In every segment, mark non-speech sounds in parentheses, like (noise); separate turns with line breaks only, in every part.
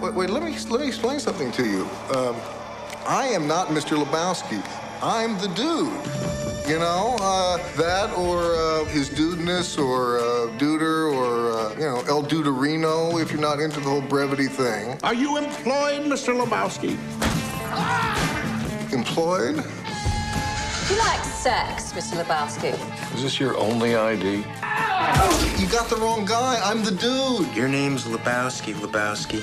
Wait, wait, let me let me explain something to you. Um, I am not Mr. Lebowski. I'm the dude. You know, uh, that or uh, his dudeness or uh, duder or, uh, you know, El Duderino if you're not into the whole brevity thing.
Are you employed, Mr. Lebowski?
Employed?
You like sex, Mr. Lebowski?
Is this your only ID?
You got the wrong guy. I'm the dude.
Your name's Lebowski, Lebowski.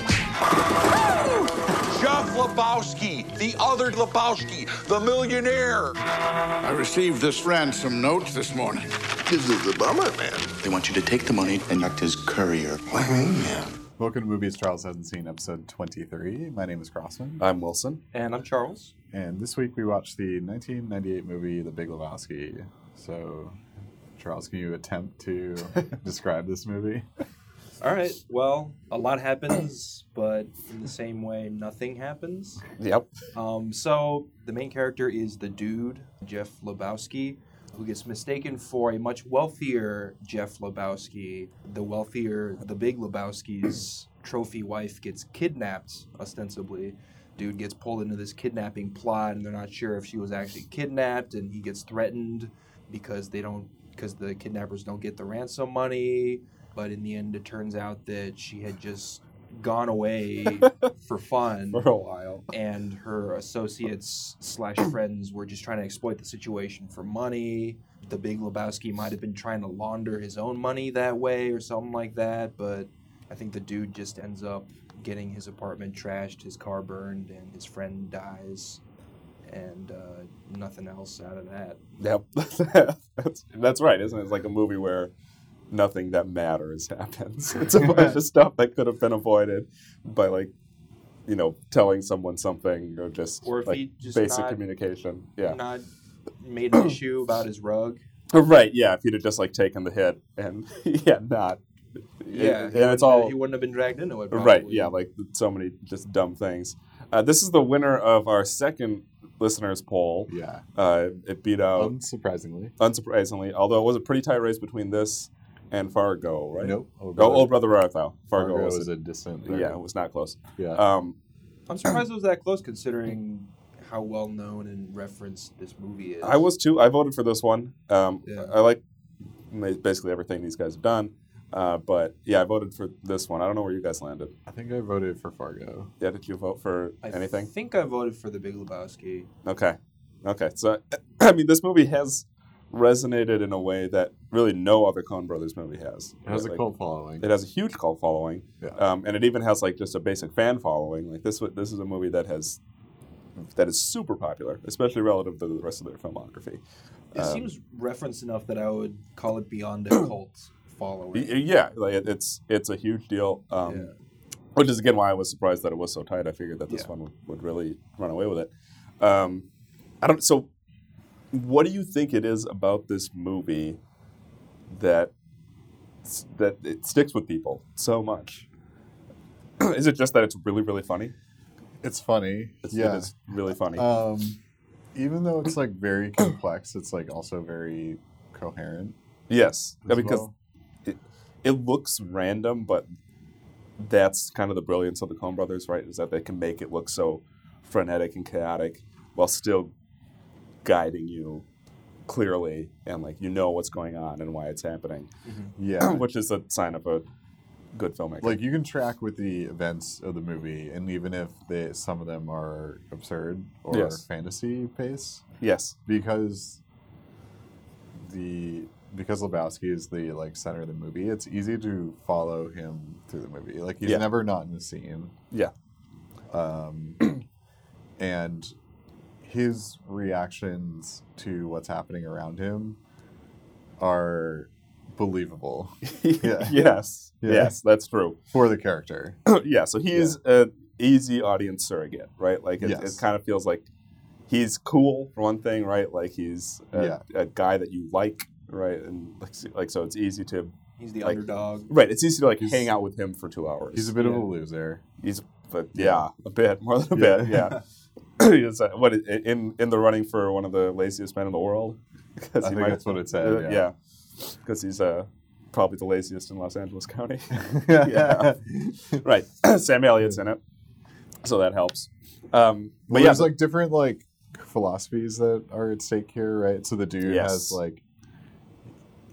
Jeff Lebowski, the other Lebowski, the millionaire.
I received this ransom note this morning.
This is the bummer, man.
They want you to take the money and act as courier.
What do you mean, man?
Welcome to Movies Charles Hasn't Seen, episode 23. My name is Crossman.
I'm Wilson.
And I'm Charles.
And this week we watched the 1998 movie The Big Lebowski. So, Charles, can you
(laughs)
attempt to describe this movie?
All right. Well, a lot happens, but in the same way, nothing happens.
Yep.
Um, so the main character is the dude, Jeff Lebowski, who gets mistaken for a much wealthier Jeff Lebowski. The wealthier, the big Lebowski's trophy wife gets kidnapped, ostensibly. Dude gets pulled into this kidnapping plot, and they're not sure if she was actually kidnapped, and he gets threatened because they don't, because the kidnappers don't get the ransom money. But in the end, it turns out that she had just
(laughs)
gone away for fun
a while.
and her associates slash friends were just trying to exploit the situation for money. The big Lebowski might have been trying to launder his own money that way or something like that, but I think the dude just ends up getting his apartment trashed, his car burned, and his friend dies, and uh, nothing else out of that.
Yep. (laughs) that's, that's right, isn't it? It's like a movie where nothing that matters (laughs) happens. It's a bunch
(laughs)
of stuff that could have been avoided by like, you know, telling someone something or just
Or if
like,
he just
basic
not-
communication. Yeah.
Not made an issue about his rug.
Oh, Right, yeah, if he'd have just like taken the hit and (laughs) yeah, not
Yeah,
and
he wouldn't
it's
have-
all
he wouldn't have been dragged into it.
Right.
probably.
Yeah. Like so many just dumb things. Uh, this is the winner of our second listeners poll.
Yeah.
Uh, it beat out,
Unsurprisingly.
unsurprisingly, although it was a pretty tight race between this and Fargo, right?
Nope.
Oh, Brother,
Old Brother-
oh, Brother Where Art Thou. Fargo,
Fargo
was,
was a distant. third.
yeah, it was not close.
Yeah.
Um,
I'm surprised it was that close considering how well known and referenced this movie is.
I was too. I voted for this one. Um,
Yeah.
I like ma- basically everything these guys have done, uh, but yeah, I voted for this one. I don't know where you guys landed.
I think I voted for Fargo.
Yeah, did you vote for
I
anything?
think I voted for The Big Lebowski.
Okay. Okay. So, I mean, this movie has resonated in a way that really no other Coen Brothers movie has.
It has a
Like,
cult following.
It has a huge cult following,
Yeah.
um, and it even has like just a basic fan following. Like this, wa- this is a movie that has that is super popular, especially relative to the rest of their filmography.
It
Um,
seems referenced enough that I would call it
(clears throat)
beyond a cult
Y-
following.
Yeah, like it- it's it's a huge deal, um,
Yeah.
which is again why I was surprised that it was so tight. I figured that this
Yeah.
one would, would really run away with it. Um, I don't. So, what do you think it is about this movie that s- that it sticks with people so much? is it just that it's really really funny?
It's funny.
It's,
yeah.
it is really funny.
Um, even though it's like very complex, it's like also very coherent.
yes, Yeah,
as
because
well.
it, it looks random, but that's kind of the brilliance of the Coen Brothers, right? Is that they can make it look so frenetic and chaotic while still guiding you clearly and like you know what's going on and why it's happening, (laughs)
yeah,
which is a sign of a good filmmaker.
like you can track with the events of the movie, and even if they, some of them are absurd or
Yes.
fantasy based,
yes,
because the because Lebowski is the like center of the movie, it's easy to follow him through the movie. Like he's
Yeah.
never not in the scene.
yeah,
um, and his reactions to what's happening around him are
(laughs)
believable Yeah.
(laughs) yes,
Yeah.
yes, that's true.
(laughs)
(clears throat)
for the character.
yeah, so he's an easy audience surrogate, right? Like it,
Yes.
it kind of feels like he's cool for one thing, right? Like he's a,
Yeah.
a guy that you like, right? And like, s- like so, it's easy to
He's the
Like-
underdog.
right. It's easy to like
He's-
hang out with him for two hours.
He's a bit of a
Yeah.
loser.
he's but yeah, a bit more than a
Yeah.
bit, (laughs) yeah. He's, uh, what in in the running for one of the laziest men in the world? (laughs) Because
I think that's what it said.
yeah, because he's uh, probably the laziest in Los Angeles County.
(laughs)
(laughs) yeah. right. (clears throat) Sam Elliott's in it, so that helps. Um, but
Well,
yeah,
there's like different like philosophies that are at stake here, right? So the dude
Yes.
has like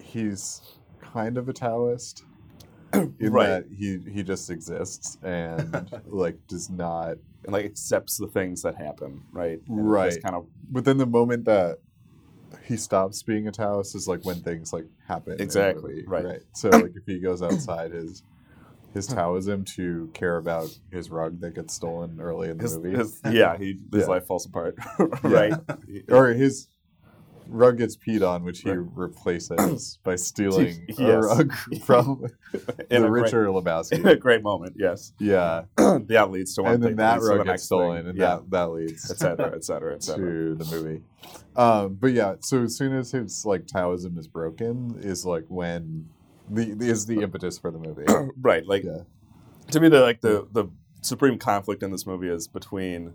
he's kind of
(clears throat)
a Taoist. In
Right.
that he he just exists and
(laughs)
like does not
and like accepts the things that happen, right? And it
Right.
Just kind of
but then the moment that he stops being a Taoist is like when things like happen. in a
Exactly,
movie,
right.
So like if he goes outside his his Taoism to care about his rug that gets stolen early in the
his,
movie. (laughs)
his- yeah, he, his
Yeah.
life falls (laughs) apart, right?
or his rug gets peed on, which he
Right.
replaces
(clears throat)
by stealing a
Yes.
rug (laughs) from
(laughs) In
the
a great- (laughs)
richer
In a
Lebowski.
great moment, yes.
yeah,
that leads to one
and then
thing,
that
leads to the
rug
next
gets stolen,
thing.
and
yeah,
that that leads
et cetera, et cetera, et cetera.
to the movie. Um, but yeah, so as soon as his like Taoism is broken, is like when the is the impetus for the movie.
(coughs) Right, like
Yeah.
to me, the like the the supreme conflict in this movie is between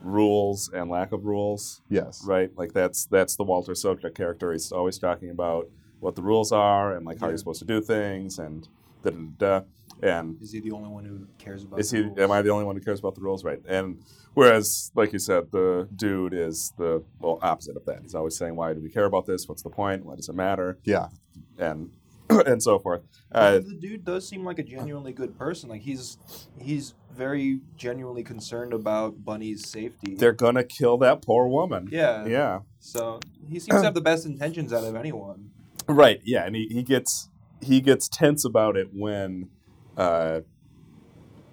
rules and lack of rules.
Yes.
right? Like that's that's the Walter Sobchak character. He's always talking about what the rules are and like how you're supposed to do things and da da da. da. And
Is he the only one who cares about?
is
the
he?
rules?
Am I the only one who cares about the rules? Right. And whereas, like you said, the dude is the well, opposite of that. He's always saying, "Why do we care about this? What's the point? Why does it matter?"
Yeah.
And and so forth. Uh,
the dude does seem like a genuinely good person. Like he's he's very genuinely concerned about Bunny's safety.
they're gonna kill that poor woman.
Yeah.
Yeah.
so he seems to have the best intentions out of anyone.
Right. Yeah, and he, he gets he gets tense about it when, uh,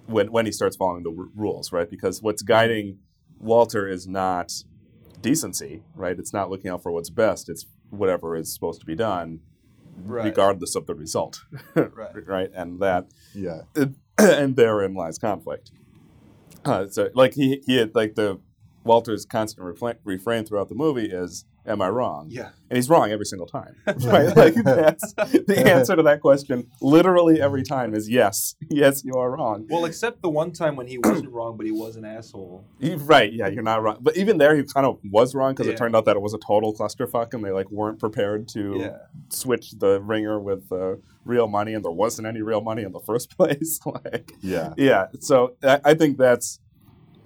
when when he starts following the r- rules, right? Because what's guiding Walter is not decency, right? It's not looking out for what's best. It's whatever is supposed to be done,
Right.
regardless of the result,
(laughs)
(laughs)
Right.
right? And that (coughs)
Yeah.
and therein lies conflict. Uh, so, like he, he had, like the Walter's constant refla- refrain throughout the movie is, "Am I wrong?"
Yeah.
and he's wrong every single
(laughs)
time. (laughs) Right? like that's the answer to that question. Literally every time is yes, (laughs) yes, you are wrong.
Well, except the one time when he wasn't wrong, but he was an asshole.
You- Right? Yeah, you're not wrong. But even there, he kind of was wrong because
Yeah.
it turned out that it was a total clusterfuck, and they like weren't prepared to
Yeah.
switch the ringer with uh, real money, and there wasn't any real money in the
(laughs)
first place. like.
Yeah.
Yeah, so I, I think that's.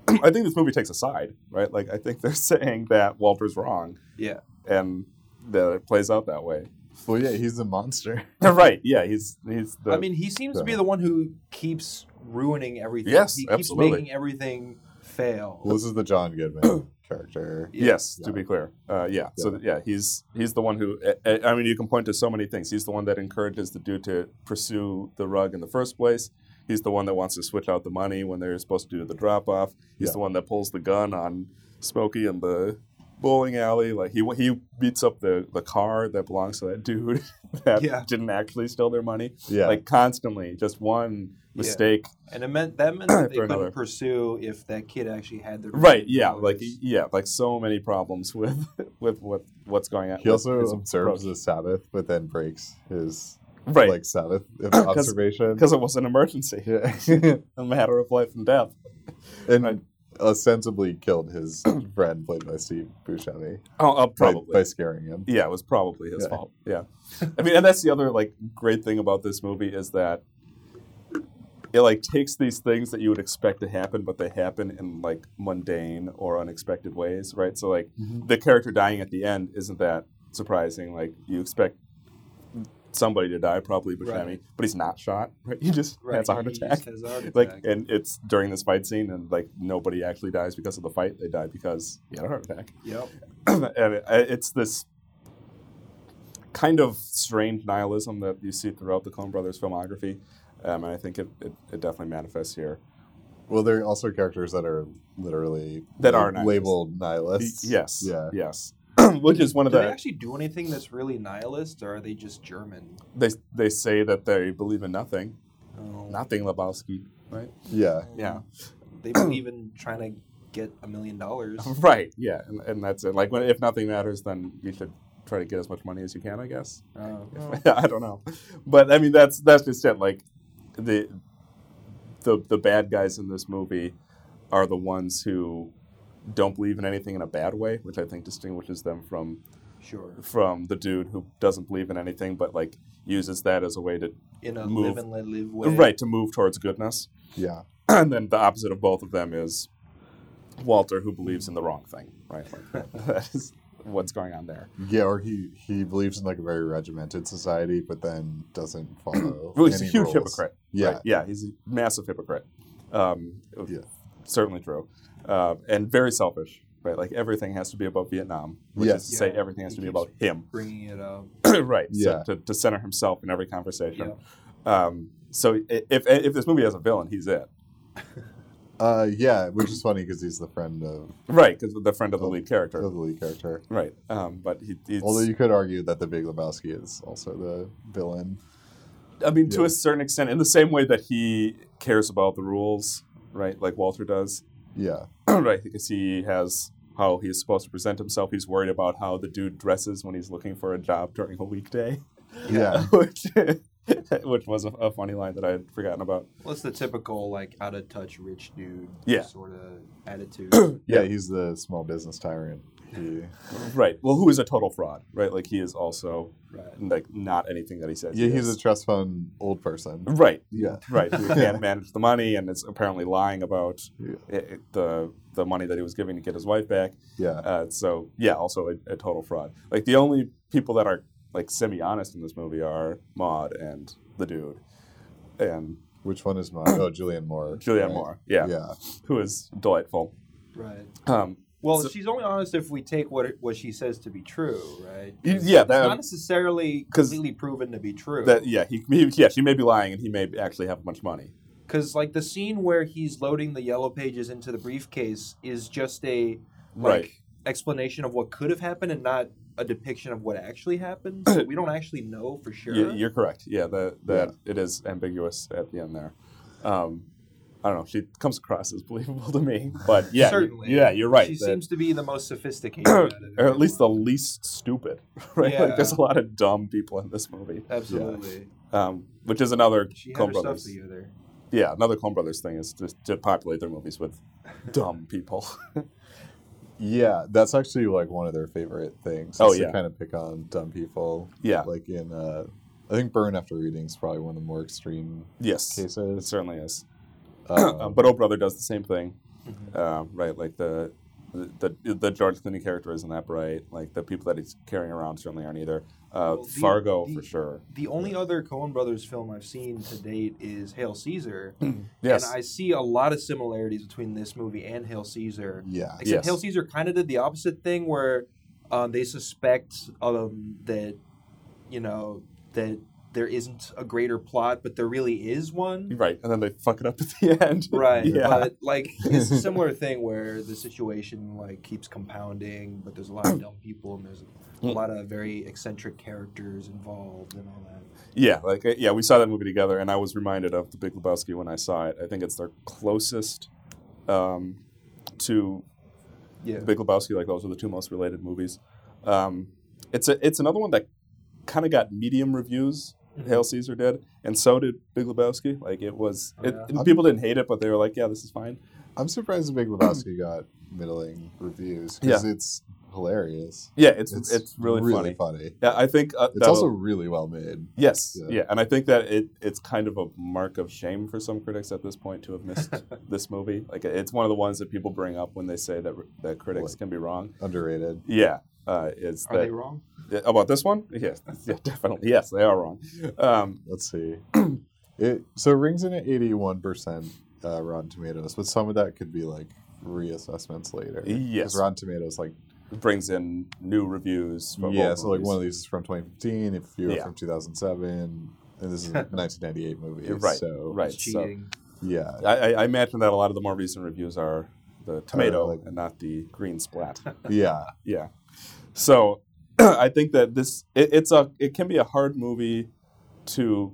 I think this movie takes a side, right? Like I think they're saying that Walter's wrong,
Yeah.
and that it plays out that way.
Well, yeah, he's a monster. (coughs)
right? Yeah, he's he's the
I mean, he seems to be the one who keeps ruining everything.
Yes,
he keeps
absolutely.
making everything fail.
Well, this is the John
(coughs)
Goodman character.
yes. To be clear, uh, yeah. So th- yeah, he's he's the one who. I- I, I mean, you can point to so many things. He's the one that encourages the dude to pursue the rug in the first place. He's the one that wants to switch out the money when they're supposed to do the drop off. He's
Yeah.
the one that pulls the gun on Smokey in the bowling alley. Like he he beats up the the car that belongs to that dude that
Yeah.
didn't actually steal their money.
Yeah.
Like constantly, just one mistake
And it meant that
(clears throat)
meant that they
For
couldn't
another.
pursue if that kid actually had the
Right. Yeah. Like
powers.
yeah. Like so many problems with (laughs) with what what's going on.
He also
with his
observes
approach.
the Sabbath, but then breaks his
right
like Sabbath
(clears throat)
observation.
because it was an emergency, (laughs)
Yeah.
a matter of life and death.
and
Right.
ostensibly killed his (clears throat) friend, played by Steve Buscemi,
Oh, uh,
by,
probably.
by scaring him.
yeah, it was probably his
Yeah.
fault. Yeah. I mean, and that's the other like great thing about this movie is that it like takes these things that you would expect to happen, but they happen in like mundane or unexpected ways, right? So like
Mm-hmm.
the character dying at the end isn't that surprising. Like you expect somebody to die, probably Buscemi,
Right.
but he's not shot. Right? (laughs) He just
Right,
has a heart
he just
attack.
has a heart
Like,
attack.
and it's during this fight scene, and like nobody actually dies because of the fight. They die because he had a heart attack
Yep.
and it, it's this kind of strange nihilism that you see throughout the Coen Brothers filmography, um, and I think it, it, it definitely manifests here.
Well, there are also characters that are literally
That are nihilists.
labeled nihilists.
Yes,
Yeah.
yes, (clears throat) which is one
Do
of
they
the
actually do anything that's really nihilist, or are they just German?
they they say that they believe in nothing,
Oh,
nothing Lebowski, right?
Yeah.
Yeah,
(clears throat) they believe in trying to get a million dollars.
(laughs) right. Yeah, and, and that's it. Like when, if nothing matters, then you should try to get as much money as you can, I guess.
Oh.
(laughs) I don't know, but I mean that's that's just it. Like the the the bad guys in this movie are the ones who don't believe in anything in a bad way, which I think distinguishes them from
Sure.
from the dude who doesn't believe in anything but like uses that as a way to
In a
move
live and let live way.
right to move towards goodness
Yeah.
(clears throat) and then the opposite of both of them is walter who believes in the wrong thing
(laughs)
right like, that is what's going on there
Yeah, or he, he believes in like a very regimented society, but then
(clears throat)
doesn't follow.
well he's a
any
huge
rules.
hypocrite
Yeah.
right? yeah he's a massive hypocrite um,
Yeah.
certainly true uh, and very selfish right like everything has to be about vietnam which
Yes.
is to say
Yeah.
everything has
He
to be
keeps
about him
Bringing it up.
(clears throat) right so
Yeah.
to, to center himself in every conversation um, so i- if, if this movie has a villain he's it
Uh, yeah, which is funny because he's the friend of,
right because the friend of the lead character
of the lead character.
right um, but he, he's,
Although you could argue that the Big Lebowski is also the villain.
i mean to
yeah.
a certain extent in the same way that he cares about the rules right like walter does (clears throat)
Yeah.
right because he has how he's supposed to present himself he's worried about how the dude dresses when he's looking (laughs) for a job during a weekday
(laughs)
Yeah.
which, which was a, a funny line that i had forgotten about
Well, it's the typical like out of touch rich dude
Yeah.
sort of
(clears throat)
attitude.
Yeah, he's the small business tyrant. He,
right well who is a total fraud right like he is also
Right.
like not anything that he says
yeah,
he
he's
is.
a trust fund old person.
right
Yeah.
right who can't manage the money and is apparently lying about
Yeah.
it, it- the the money that he was giving to get his wife back
Yeah.
uh, so yeah also a, a total fraud like the only people that are like semi-honest in this movie are maud and the dude and
Which one is
(coughs)
mine? Oh, Julianne Moore.
julianne
right?
moore yeah,
Yeah.
who is delightful
right.
um
Well, she's only honest if we take what what she says to be true, right?
y- yeah
It's not
that, um,
necessarily
'cause
completely proven to be true.
that yeah he, he yeah she may be lying and he may actually have a bunch of money
Because like the scene where he's loading the yellow pages into the briefcase is just a like
Right.
explanation of what could have happened and not a depiction of what actually
(clears throat)
happened. So we don't actually know for sure.
Yeah, you're correct. Yeah, the, that it is ambiguous at the end there. Um, I don't know. She comes across as believable to me, but yeah,
Certainly.
yeah, you're right.
She
that-
seems to be the most sophisticated, out of
(clears throat) or at least the
everyone.
least stupid, (laughs) right? Like
Yeah.
there's a lot of dumb people in this movie,
absolutely.
um, which is another
She had
Coen
her stuff
Brothers.
together.
Yeah, another Coen Brothers thing is to, to populate their movies with dumb people. (laughs)
Yeah, that's actually like one of their favorite things.
Oh,
is
yeah.
to kind of pick on dumb people.
Yeah.
like in uh, I think Burn After Reading is probably one of the more extreme
yes, it
cases.
certainly is.
Um,
Um, but Oh Brother does the same thing,
Mm-hmm.
uh, right? Like the, the the the George Clooney character isn't that bright. Like the people that he's carrying around certainly aren't either. Uh,
Well, the-
Fargo
the-
for sure.
The only other Coen Brothers film I've seen to date is Hail Caesar.
(clears throat) Yes.
And I see a lot of similarities between this movie and Hail Caesar.
Yeah.
Except
Yes.
Hail Caesar kind of did the opposite thing where um, they suspect um, that, you know, that there isn't a greater plot, but there really is one.
right, and then they fuck it up at the end. (laughs)
Right.
yeah.
But, like,
(laughs)
it's a similar thing where the situation, like, keeps compounding, but there's a lot of dumb people and there's a lot of very eccentric characters involved and all that.
yeah. Like uh, yeah, we saw that movie together, and I was reminded of The Big Lebowski when I saw it. I think it's their closest um, to
Yeah.
The Big Lebowski. Like those are the two most related movies. Um, it's a it's another one that kind of got medium reviews. Hail Caesar did, and so did Big Lebowski. Like it was,
Oh,
it,
yeah.
and people didn't hate it, but they were like, "Yeah, this is fine."
I'm surprised the Big Lebowski got middling reviews because it's hilarious.
Yeah, it's it's, really, funny. Yeah, I think uh,
It's
that'll-
also really well made.
yes, yeah.
yeah.
and I think that it it's kind of a mark of shame for some critics at this point to have missed this movie. Like it's one of the ones that people bring up when they say that that critics
What?
can be wrong.
Underrated.
Yeah. Uh, is
Are
that,
they wrong?
about this one? Yes, yeah, definitely. Yes, they are wrong. Um,
Let's see. it so rings in at 81 percent uh, Rotten Tomatoes, but some of that could be like reassessments later. 'Cause
Yes.
Rotten Tomatoes like
it brings in new reviews. From
yeah,
old
so like
movies.
one of these is from 2015, if you're
Yeah.
from 2007, and this
(laughs)
is a 1998 movie.
Right,
So
right.
It's
so-
cheating.
Yeah.
I, I- I imagine that a lot of the more recent reviews are the tomato
like-
and not the green splat.
(laughs) Yeah.
yeah. So I think that this it, it's a it can be a hard movie to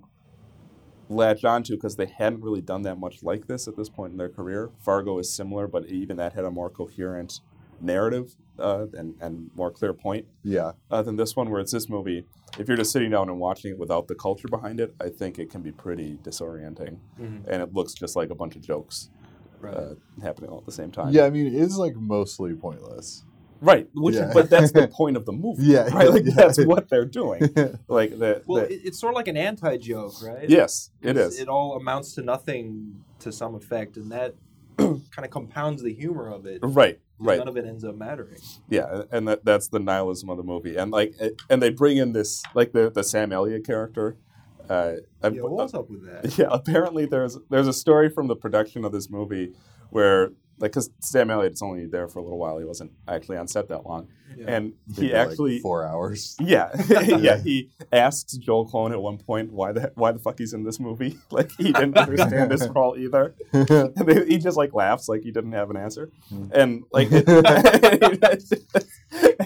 latch onto because they hadn't really done that much like this at this point in their career. Fargo is similar, but even that had a more coherent narrative uh, and and more clear point
Yeah.
uh, than this one, where it's this movie. If you're just sitting down and watching it without the culture behind it, I think it can be pretty disorienting,
Mm-hmm.
and it looks just like a bunch of jokes
Right.
uh, happening all at the same time.
Yeah. I mean, it is like mostly pointless.
Right, which
Yeah.
but that's
(laughs)
the point of the movie.
Yeah,
right. Like
yeah.
that's what they're doing. Like that.
Well,
that-
it, it's sort of like an anti joke, right?
yes, it
It's-
is.
It all amounts to nothing to some effect, and that (clears throat) kind of compounds the humor of it.
right, right.
None of it ends up mattering.
yeah and that, that's the nihilism of the movie and like it- and they bring in this like the, the sam elliott character uh, I-
Yeah, what's up with that?
(laughs) yeah apparently there's there's a story from the production of this movie where like because sam elliott's only there for a little while he wasn't actually on set that long and he
For, like,
actually
four hours.
(laughs)
(laughs)
yeah, yeah. He asks Joel Cohen at one point why the why the fuck he's in this movie. Like he didn't understand his role either. And they- he just like laughs like he didn't have an answer.
Hmm.
And
(laughs)
like, it-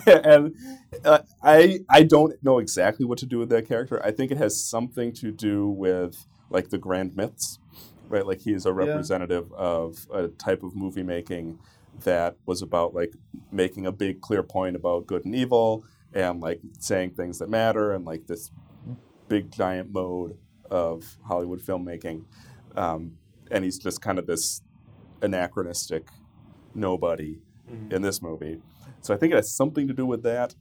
(laughs) and uh, I I don't know exactly what to do with that character. I think it has something to do with like the grand myths, right? Like he is a representative of a type of movie making that was about like making a big clear point about good and evil and like saying things that matter and like this big giant mode of Hollywood filmmaking. Um, and he's just kind of this anachronistic nobody
Mm-hmm.
in this movie. So I think it has something to do with that.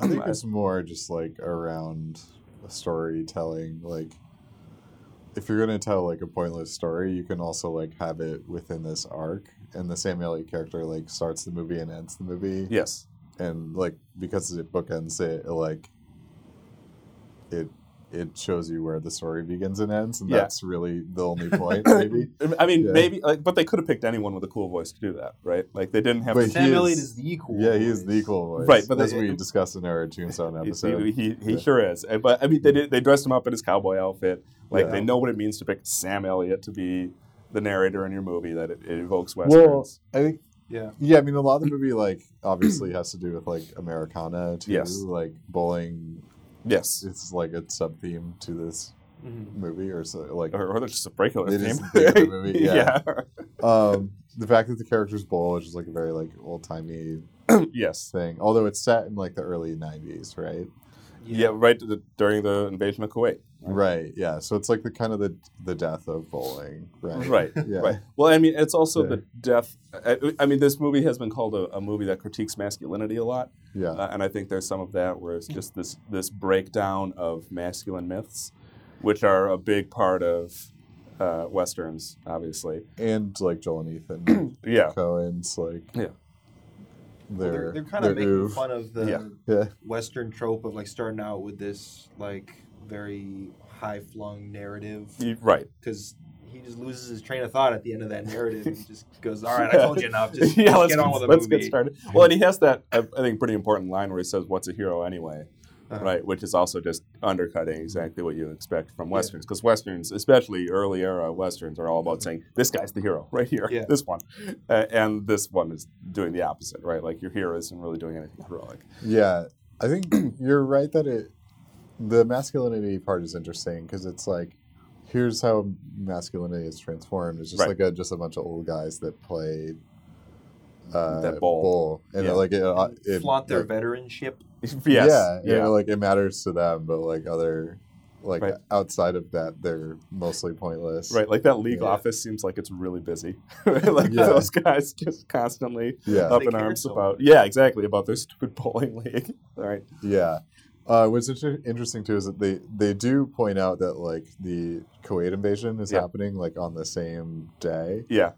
I think it's more just like around storytelling. Like, if you're gonna tell like a pointless story, you can also like have it within this arc. And the Sam Elliott character like starts the movie and ends the movie.
Yes.
and like because the book ends it, it, like it it shows you where the story begins and ends and
Yeah.
that's really the
(laughs)
only point maybe
I mean,
Yeah.
maybe, like, but they could have picked anyone with a cool voice to do that, right? Like they didn't have
But
to.
he
Sam
is-
Elliott is the equal.
yeah he is the equal voice
Right, but
as
they-
we discussed in our tombstone
(laughs) He,
episode
he, he
Yeah.
sure is. And- But I mean, they did, they dressed him up in his cowboy outfit. Like
Yeah.
they know what it means to pick Sam Elliott to be the narrator in your movie. That it, it evokes westerns.
well i think
Yeah.
yeah i mean a lot of the movie like obviously has to do with like americana too
Yes.
like bowling
yes,
it's like a sub theme to this
Mm-hmm.
movie or so like
or, or just a regular
It
theme.
is the theme of
(laughs)
the movie, yeah.
(laughs) yeah.
um the fact that the characters bowl which is like a very like old-timey
yes.
thing. Although it's set in like the early '90s, right?
Yeah, right to the, during the invasion of Kuwait.
Right. Yeah. So it's like the kind of the the death of bowling, right?
Right,
(laughs) Yeah.
right. Well, I mean, it's also
Yeah.
the death. I, I mean, this movie has been called a, a movie that critiques masculinity a lot,
Yeah.
uh, and I think there's some of that where it's just this this breakdown of masculine myths, which are a big part of uh, westerns, obviously.
and like Joel and Ethan
(clears throat) Yeah,
Cohen's like
Yeah.
Their,
they're, they're kind
their
of making
oof.
fun of the
Yeah.
(laughs) Yeah.
Western trope of like starting out with this like very high flung narrative
You- right. (laughs)
because he just loses his train of thought at the end of that narrative. he just goes, "All right, I told
(laughs)
you enough. Just,
yeah,
just
let's
get on with the
let's
movie."
get started. Well, and he has that I, I think pretty important line where he says, "What's a hero anyway?"
Uh-huh.
Right, which is also just undercutting exactly what you expect from westerns, because westerns, especially early era westerns, are all about saying this guy's the hero right here,
Mm-hmm. Yeah.
this one, uh, and this one is doing the opposite, right? Like your hero isn't really doing anything heroic. (laughs)
Yeah. I think (clears throat) you're right that it the masculinity part is interesting because it's like here's how masculinity is transformed. It's just
Right.
like a just a bunch of old guys that played. Uh,
That bowl.
and
Yeah.
like it, uh, it
Flaunt their
like,
veteranship.
yes,
Yeah,
yeah,
yeah. like it matters to them, but like other, like
Right.
outside of that, they're mostly pointless.
right. Like that league
Yeah.
office seems like it's really busy, (laughs) right? like
Yeah.
those guys just constantly
Yeah.
up
They
in
care
arms
so
about, yeah, exactly about their stupid (laughs) bowling league, all right?
Yeah. Uh, what's inter- interesting too is that they they do point out that like the Kuwait invasion is
Yeah.
happening like on the same day,
Yeah,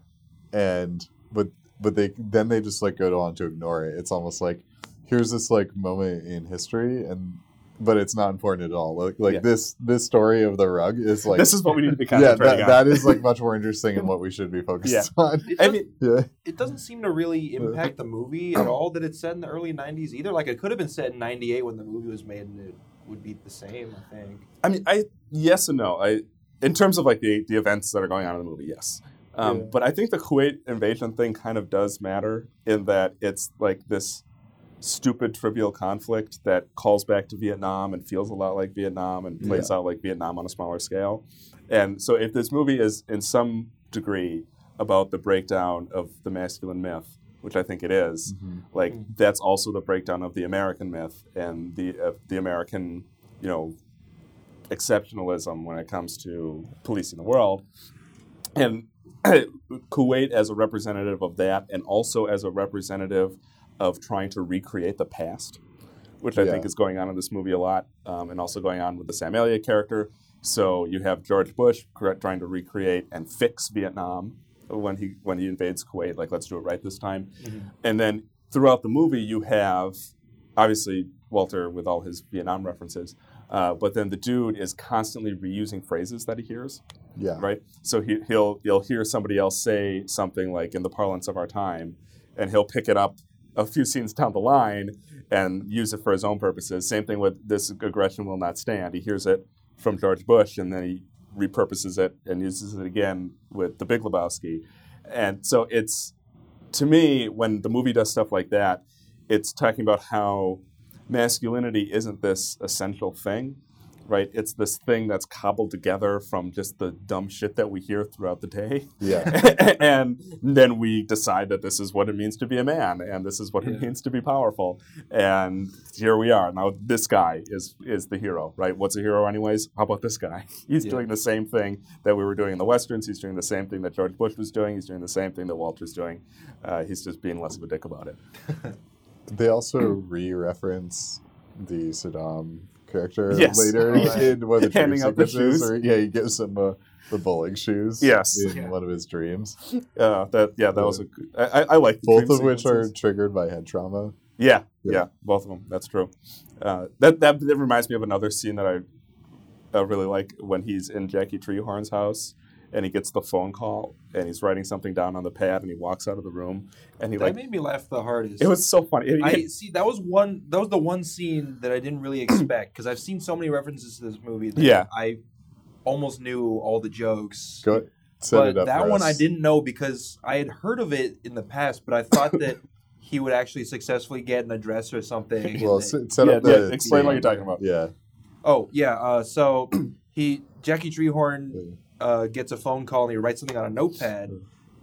and but but they then they just like go on to ignore it. It's almost like here's this like moment in history, and but it's not important at all. Like like
Yeah.
this this story of the rug is like
this is what we need to be
(laughs) yeah
concentrating
that,
on.
that is like much
(laughs)
more interesting and what we should be focused
Yeah.
on.
It
I
doesn't,
mean,
(laughs) Yeah.
it doesn't seem to really
Uh-huh.
impact the movie at all that it's set in the early '90s either. Like it could have been set in '98 when the movie was made, and it would be the same. I think.
I mean, I yes and no. I in terms of like the the events that are going on in the movie, yes. Um,
Yeah.
But I think the Kuwait invasion thing kind of does matter in that it's like this stupid trivial conflict that calls back to Vietnam and feels a lot like Vietnam and plays out like Vietnam on a smaller scale. And so if this movie is in some degree about the breakdown of the masculine myth, which I think it is, like that's also the breakdown of the American myth and the uh, the American, you know, exceptionalism when it comes to policing the world. (clears throat) And Kuwait as a representative of that, and also as a representative of trying to recreate the past, which I
Yeah.
think is going on in this movie a lot, um, and also going on with the Sam Elliott character. So you have George Bush cor- trying to recreate and fix Vietnam when he when he invades Kuwait, like let's do it right this time. And then throughout the movie, you have obviously Walter with all his Vietnam references, uh, but then the dude is constantly reusing phrases that he hears
Yeah.
right? So he, he'll you'll hear somebody else say something like in the parlance of our time, and he'll pick it up a few scenes down the line and use it for his own purposes. Same thing with this aggression will not stand. He hears it from George Bush, and then he repurposes it and uses it again with the Big Lebowski. And so it's to me when the movie does stuff like that, it's talking about how masculinity isn't this essential thing right? It's this thing that's cobbled together from just the dumb shit that we hear throughout the day.
Yeah.
(laughs) and then we decide that this is what it means to be a man and this is what it means to be powerful. And here we are. Now this guy is is the hero, right? What's a hero anyways? How about this guy? (laughs) He's
Yeah.
doing the same thing that we were doing in the westerns. He's doing the same thing that George Bush was doing. He's doing the same thing that Walter's doing. Uh, he's just being less of a dick about it.
They also re-reference the Saddam character
Yes. Oh,
later
(laughs)
in one of the dream
Handing out the
sequences.
shoes.
Or, yeah, he gives him uh, the bowling shoes.
Yes.
in one of his dreams,
Uh, that yeah, that was a. good- I, I I like the
both
dream
of which are
sequences.
triggered by head trauma.
Yeah,
Yeah.
yeah, both of them. That's true. Uh, that, that that reminds me of another scene that I uh, really like when he's in Jackie Treehorn's house and he gets the phone call and he's writing something down on the pad and he walks out of the room and he
That
like
made me laugh the hardest.
it was so funny. (laughs) It-
I
it-
see. That was one. That was the one scene that I didn't really expect because I've seen so many references to this movie. That
Yeah.
I almost knew all the jokes.
Go set
but
it up.
that
for
one I
us.
didn't know because I had heard of it in the past, but I thought
(laughs)
that he would actually successfully get an address or something. and
Well,
that-
s- set
yeah,
up the
yeah, explain what
scene.
you're talking about.
Yeah,
oh yeah. Uh, so (clears throat) he Jackie Treehorn uh, gets a phone call and he writes something on a notepad.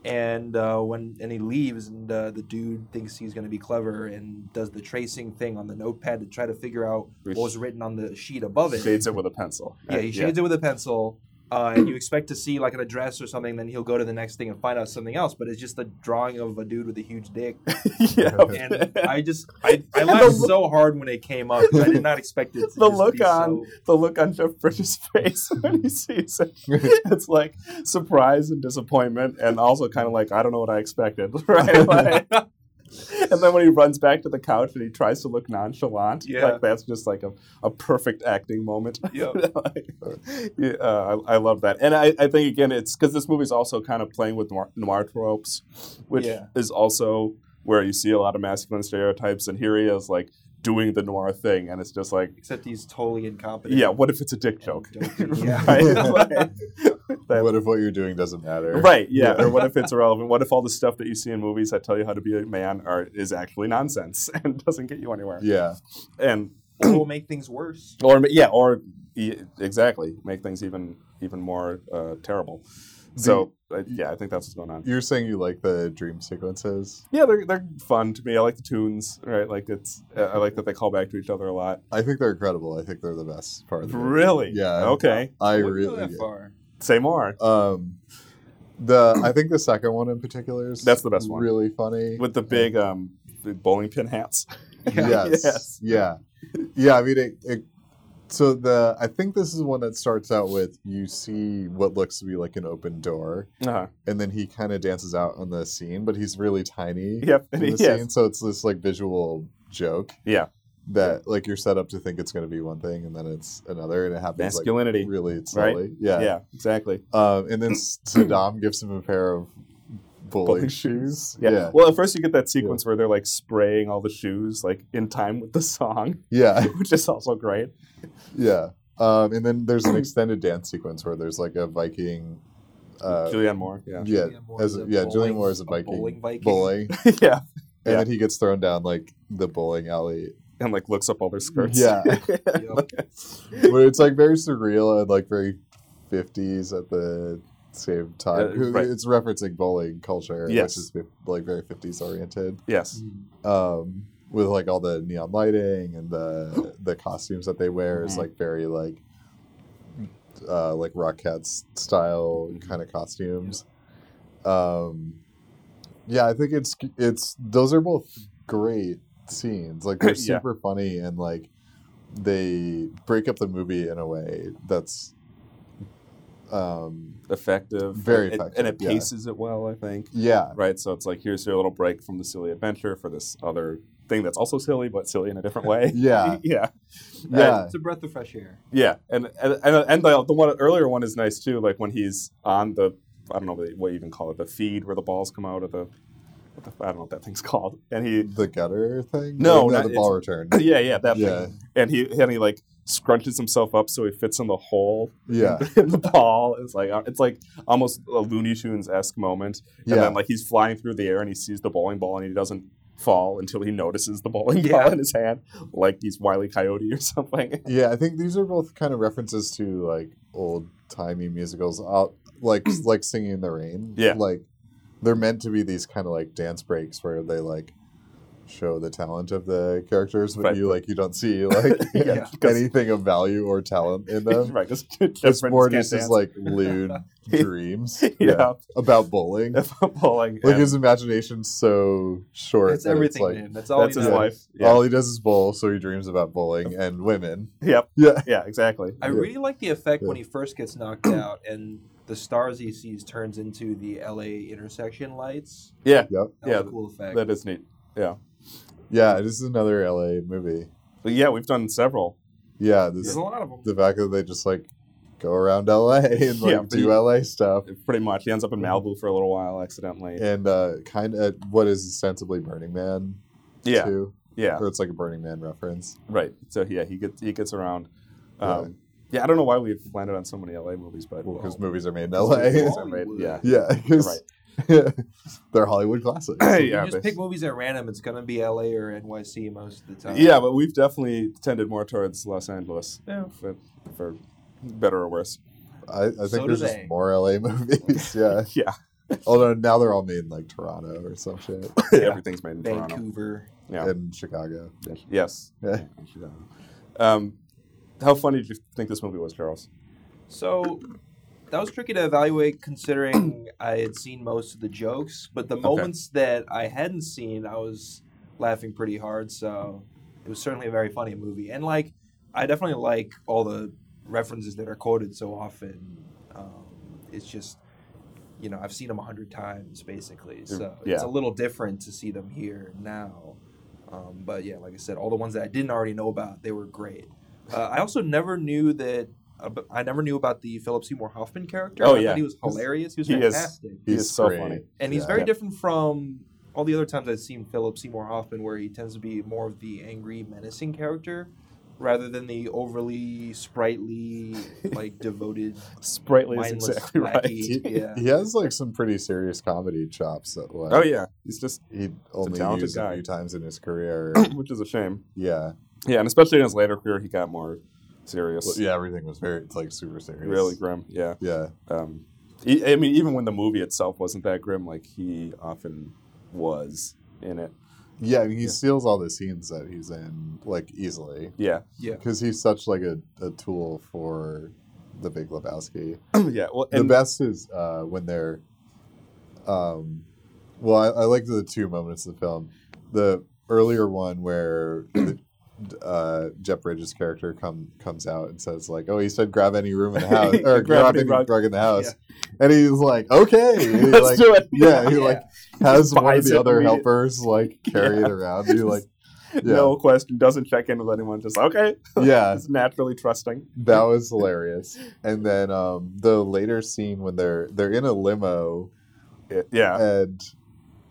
And uh, when and he leaves, and uh, the dude thinks he's going to be clever and does the tracing thing on the notepad to try to figure out
Which-
what was written on the sheet above it.
Shades it with a pencil.
Yeah, he shades it with a pencil. Uh, and you expect to see like an address or something, then he'll go to the next thing and find out something else. But it's just a drawing of a dude with a huge dick.
(laughs) yeah.
And I just I,
(laughs)
I laughed so hard when it came up. 'cause I did not expect it. To
the
just
look
be
on
so-
the look on Jeff Bridges' (laughs) face when he sees
(laughs)
it. It's like surprise and disappointment, and also kind of like I don't know what I expected, (laughs) right? Like- and then when he runs back to the couch and he tries to look nonchalant,
Yeah.
like that's just like a, a perfect acting moment.
Yeah.
(laughs) Like, yeah, uh, I, I love that, and I, I think again it's because this movie's also kind of playing with noir, noir tropes, which
Yeah.
is also where you see a lot of masculine stereotypes, and here he is like doing the noir thing, and it's just like
except he's totally incompetent.
yeah, what if it's a dick joke?
don't
(clears throat)
be- (laughs) yeah.
(laughs) right? Like, that-
what if what you're doing doesn't matter?
right, yeah. Or what if it's irrelevant? What if all the stuff that you see in movies that tell you how to be a man are is actually nonsense (laughs) and doesn't get you anywhere?
Yeah,
And
Or will make things worse.
or yeah, or e- exactly make things even even more uh, terrible. So uh, yeah, I think that's what's going on.
you're saying you like the dream sequences.
Yeah, they're they're fun to me. I like the tunes, right? Like it's I like that they call back to each other a lot.
I think they're incredible. I think they're the best part. Of the movie.
Really?
Yeah.
Okay.
I
Wouldn't go
really.
(laughs)
that far.
Say more.
Um, the I think the second one in particular is
That's the best one.
Really funny.
(laughs) With the big um, the bowling pin hats.
yes,
Yes.
yeah, yeah. I mean, it, it. So the I think this is one that starts out with you see what looks to be like an open door,
Uh-huh.
and then he kind of dances out on the scene, but he's really tiny.
Yep.
In the
yes.
scene, so it's this like visual joke.
Yeah.
That like you're set up to think it's going to be one thing and then it's another, and it happens like,
Masculinity,
really slowly. Yeah.
Yeah, exactly.
Um,
(clears throat)
and then S- Saddam gives him a pair of bowling shoes.
Yeah.
Yeah.
Well, at first you get that sequence where they're like spraying all the shoes like in time with the song, (laughs)
Yeah. (laughs)
which is also great.
Yeah. Um, and then there's an extended dance sequence where there's like a Viking. Uh,
Julianne Moore. Yeah.
yeah,
Julianne Moore
as
is a
yeah, Julian
bowling-
Moore is a
a
Viking,
bowling Viking.
bowling,
(laughs)
(laughs)
and
yeah. Yeah.
then he gets thrown down like the bowling alley.
And like looks up all their skirts.
Yeah,
(laughs)
Yep.
but it's like very surreal and like very 50s at the same time.
Uh, right.
It's referencing bowling culture,
Yes.
which is like very 50s oriented,
yes.
um, with like all the neon lighting
(gasps)
and the the costumes that they wear is
Mhm.
like very like uh, like Rockettes style
Mm-hmm.
kind of costumes. Um, yeah, I think it's it's those are both great scenes. Like
(laughs)
they're
Yeah.
super funny and like they break up the movie in a way that's um
effective,
Very
and-
effective,
and it
yeah.
paces it well. I think.
yeah,
right? So it's like here's your little break from the silly adventure for this other thing that's also silly, but silly in a different way.
(laughs) Yeah.
(laughs) yeah,
yeah.
It's a breath of fresh air.
yeah. And and and, and the, the one earlier one is nice too. Like when he's on the I don't know what you- what you even call it, the feed where the balls come out of the, what the I don't know what that thing's (laughs) called. And he
The gutter thing?
No,
Or
not-
the
it's-
ball
(coughs)
return.
yeah yeah that
Yeah.
thing. And he and he like scrunches himself up so he fits in the hole
Yeah.
in the ball. It's like uh, it's like almost a Looney Tunes esque moment. And
Yeah.
then like he's flying through the air and he sees the bowling ball and he doesn't fall until he notices the bowling ball in his hand, like he's Wiley Coyote or (laughs) something.
Yeah, I think these are both kind of references to like old timey musicals, uh,
(clears throat)
like like Singing in the Rain.
Yeah.
like they're meant to be these kind of like dance breaks where they like show the talent of the characters, but
Right.
you like you don't see like
(laughs)
(laughs)
Yeah.
anything of value or talent in
(laughs)
them.
right, because
It's more just as like lewd dreams,
(laughs) Yeah. (laughs)
about bowling.
bowling.
Like
and
his imagination's so short.
It's
that
everything,
like,
man. That's all
that's
he
his
knows.
life. Yeah.
All he does is bowl, so he dreams about bowling and women.
Yep.
Yeah. (laughs)
Yeah. Exactly.
I
Yeah.
really like the effect when
Yeah.
he first
(clears throat)
gets knocked out and the stars he sees turns into the LA intersection lights.
Yeah.
Yep.
That was
Yeah,
a cool effect.
That is neat. Yeah.
Yeah, this is another LA movie.
But yeah, we've done several.
Yeah, this
There's a lot of them.
the fact that they just like go around LA (laughs) and like
Yeah, but
do
you-
LA stuff
Pretty much. He ends up in Malibu for a little while accidentally.
and uh kind of what is ostensibly Burning Man
Yeah.
too,
Yeah.
or it's like a Burning Man reference.
Right. So yeah, he gets he gets around.
Yeah.
Um, yeah. I don't know why we've landed on so many LA movies, but
Well, (laughs) because movies are made in LA.
movies are
Hollywood.
made- yeah,
(laughs) yeah,
right.
'cause- (laughs) they're Hollywood classics.
(clears throat) (laughs) yeah,
you just
but-
pick movies at random. It's gonna be LA or NYC most of the time.
yeah, but we've definitely tended more towards Los Angeles
Yeah.
for, for better or
(laughs)
worse.
I, I think
So do
there's
they.
just more
(laughs)
LA (laughs) movies. Yeah,
Yeah.
although now they're all made in like Toronto or some shit
Everything's made in Toronto.
Vancouver.
(laughs) Yeah.
and Chicago. (laughs)
Yes.
Yeah.
Um, how funny did you think this movie was, Charles?
So that was tricky to evaluate considering I had seen most of the jokes, but the moments that I hadn't seen, I was laughing pretty hard. So it was certainly a very funny movie. And like, I definitely like all the references that are quoted so often. Um, it's just, you know, I've seen them a hundred times basically. So it's
yeah.
a little different to see them here now. Um, but yeah, like I said, all the ones that I didn't already know about, they were great. Uh, I also never knew that. Uh, I never knew about the Philip Seymour Hoffman character.
Oh,
I
yeah.
thought he was hilarious. He was
He is-
fantastic,
He
He's
is so
great.
funny.
and he's
yeah.
very
Yeah.
different from all the other times I've seen Philip Seymour Hoffman, where he tends to be more of the angry, menacing character, rather than the overly sprightly,
(laughs)
like devoted,
Sprightly is
mindless
exactly (laughs) right.
lackey. Yeah.
He has like some pretty serious comedy chops that like
Oh yeah, he's just, (clears throat)
he only
talented
used
guy.
a few times in his (clears throat) career.
which is a shame.
yeah,
Yeah, and especially in his later career, he got more serious.
Well, yeah, everything was very like super serious.
really grim. Yeah.
Yeah,
um, e- I mean, even when the movie itself wasn't that grim, like he often was in it.
yeah. I mean, he steals all the scenes that he's in like easily
Yeah, (clears throat)
yeah.
because he's such like a, a tool for the Big Lebowski.
yeah. Well,
the
and (laughs)
best is uh, when they're, um, well, I, I like the two moments of the film. The earlier one where the, uh, Jeff Bridges' character come comes out and says like, "Oh, he said grab any room in the house or grab, any rug. in the house," and he's like, "Okay, And he,
Let's
like,
do it.
(laughs) Yeah, he like has
Just
one of
buys
the
it
other
immediately.
helpers like carry it around. He like,
(laughs) no question, doesn't check in with anyone. Just okay,
yeah,
it's naturally trusting.
that was hilarious. And then um, the later scene when they're they're in a limo
Yeah.
and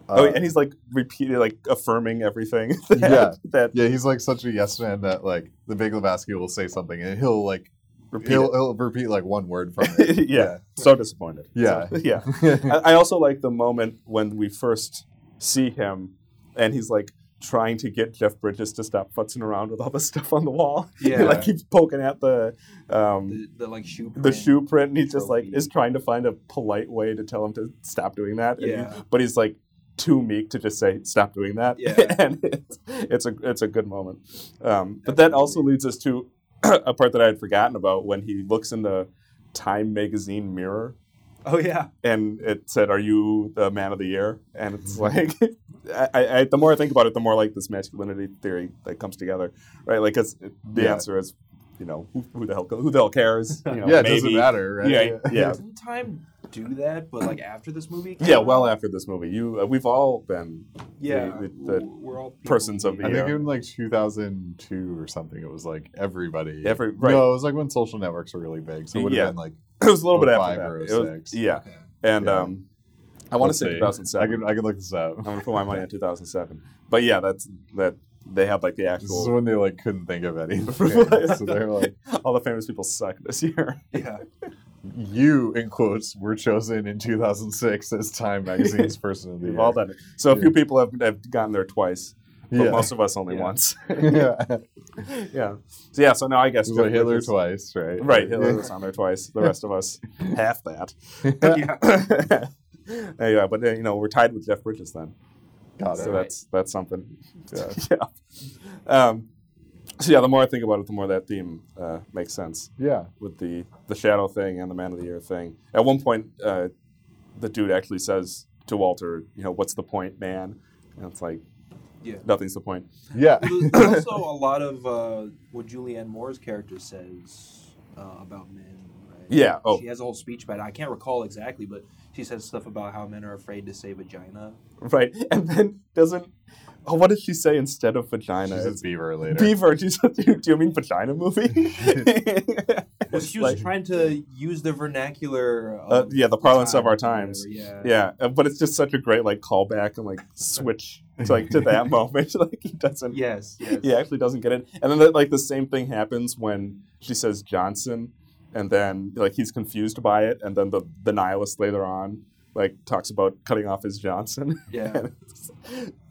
uh,
oh, and he's like repeated, like affirming everything. (laughs) That,
Yeah.
that
yeah, he's like such a yes man that like the Big Lebowski will say something and he'll like
repeat.
he'll,
it.
he'll repeat like one word
(laughs)
(laughs) from
yeah.
it.
so disappointed.
Yeah.
So- (laughs) yeah. I, I also like the moment when we first see him, and he's like trying to get Jeff Bridges to stop futzing around with all the (laughs) stuff on the wall.
Yeah.
he like keeps poking at the um,
The, the like shoe.
the,
print.
shoe print, and he's just like
Trophy.
is trying to find a polite way to tell him to stop doing that. and he-
Yeah.
but he's like too meek to just say stop doing that.
Yeah.
(laughs) and it's, it's a it's a good moment. Um, but that also leads us to (clears throat) a part that I had forgotten about when he looks in the Time magazine mirror
Oh yeah.
and it said, "Are you the man of the year?" And
(laughs)
it's like, (laughs) I, I, I- the more I think about it, the more like this masculinity theory that comes together, right? Like, 'cause it- the
Yeah.
answer is, you know, who, who the hell who the hell
(laughs)
cares? You know,
yeah, it
Oh, maybe.
doesn't matter, right?
Yeah, yeah,
Didn't time do that? But like after this movie. came
yeah. Well,
out?
after this movie, you uh, we've all been
Yeah.
the, the, the
we're all people
persons of the
I
year.
think in like 2002 or something, it was like everybody.
Every- right.
No, it was like when social networks were really big, so it would have
Yeah.
been like
(laughs) it was a little bit
five
after
or
that. It was-
six.
yeah, and
Yeah.
um, I want to
let's
say
see.
2007.
I can I can look this up.
I'm gonna put my money on 2007. But yeah, that's that. They had like the (laughs)
This is
actual.
when they like couldn't think
(laughs)
of (laughs) anything, so they're like,
all the famous people suck this year. (laughs)
Yeah.
"You" in quotes were chosen in 2006 as
(laughs)
Time Magazine's Person of the
We've
Year.
all done it. So a few
Yeah.
people have, have gotten there twice, but
Yeah.
most of us only
(laughs)
Yeah.
once. (laughs)
yeah,
yeah. So yeah. So now I guess
It was like Hitler
Hitler's-
twice, right?
Right, Hitler was on there twice. The rest of
(laughs)
us, half that.
(laughs) yeah.
(laughs) yeah, but uh, you know we're tied with Jeff Bridges then.
Got
so
it.
that's that's something. Yeah. Um, so yeah, the more I think about it, the more that theme uh, makes sense
Yeah.
with the the shadow thing and the man of the year thing. At one point, uh, the dude actually says to Walter, "You know, what's the point, man?" And it's like,
Yeah.
nothing's the point. (laughs)
Yeah.
(coughs)
There's also a lot of uh, what Julianne Moore's character says uh, about men. Right?
Yeah, oh.
She has a whole speech about it. I can't recall exactly, but she says stuff about how men are afraid to
(laughs)
say vagina.
Right. And then doesn't. Oh, what did she say instead of vagina?
She's a
It's
beaver later.
beaver. She said, do, you- do you mean vagina movie? (laughs)
Well,
It's
she was
like-
trying to use the vernacular. Of
Uh, yeah, the parlance of our
or
times.
whatever, Yeah.
yeah, uh, but it's just such a great like callback and like switch to, like to (laughs) that moment. like he doesn't.
Yes. yes.
He actually doesn't get it. And then the, like the same thing happens when she says Johnson, and then like he's confused by it, and then the the nihilist later on like talks about cutting off his Johnson. (clears throat) Uh,
Yeah.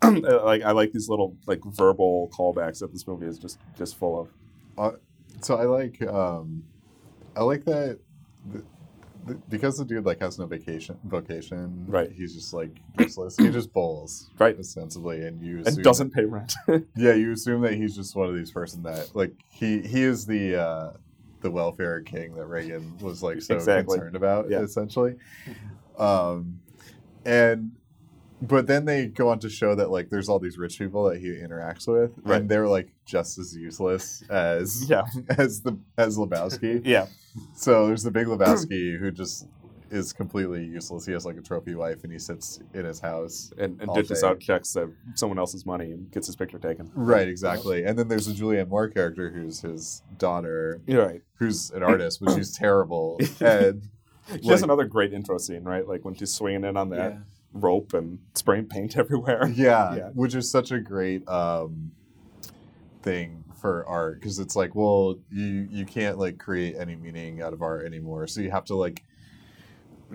like I like these little like verbal callbacks that this movie is just just full of.
Uh, so I like um, I like that th- th- because the dude like has no vacation vocation.
Right.
He's just like useless. he just bowls.
Right.
Ostensibly, and you assume
And doesn't pay rent. (laughs)
yeah, you assume that he's just one of these person that like he he is the uh, the welfare king that Reagan was like so
Exactly.
concerned about
Yeah.
essentially. Um, and but then they go on to show that like there's all these rich people that he interacts with,
Right.
and they're like just as useless as
yeah.
(laughs) as the as Lebowski.
Yeah.
So there's the big Lebowski who just is completely useless. He has like a trophy wife, and he sits in his house
And, and
all
dishes
day.
out checks of someone else's money and gets his picture taken.
Right, exactly. And then there's a Julianne Moore character who's his daughter,
You're right.
who's an artist, but she's
(laughs)
terrible. And
She has
Like-
another great intro scene, right? Like when she's swinging in on that
Yeah.
rope and spraying paint (laughs) everywhere.
yeah,
Yeah.
which is such a great um, thing for art because it's like, well, you you can't like create any meaning out of art anymore, so you have to like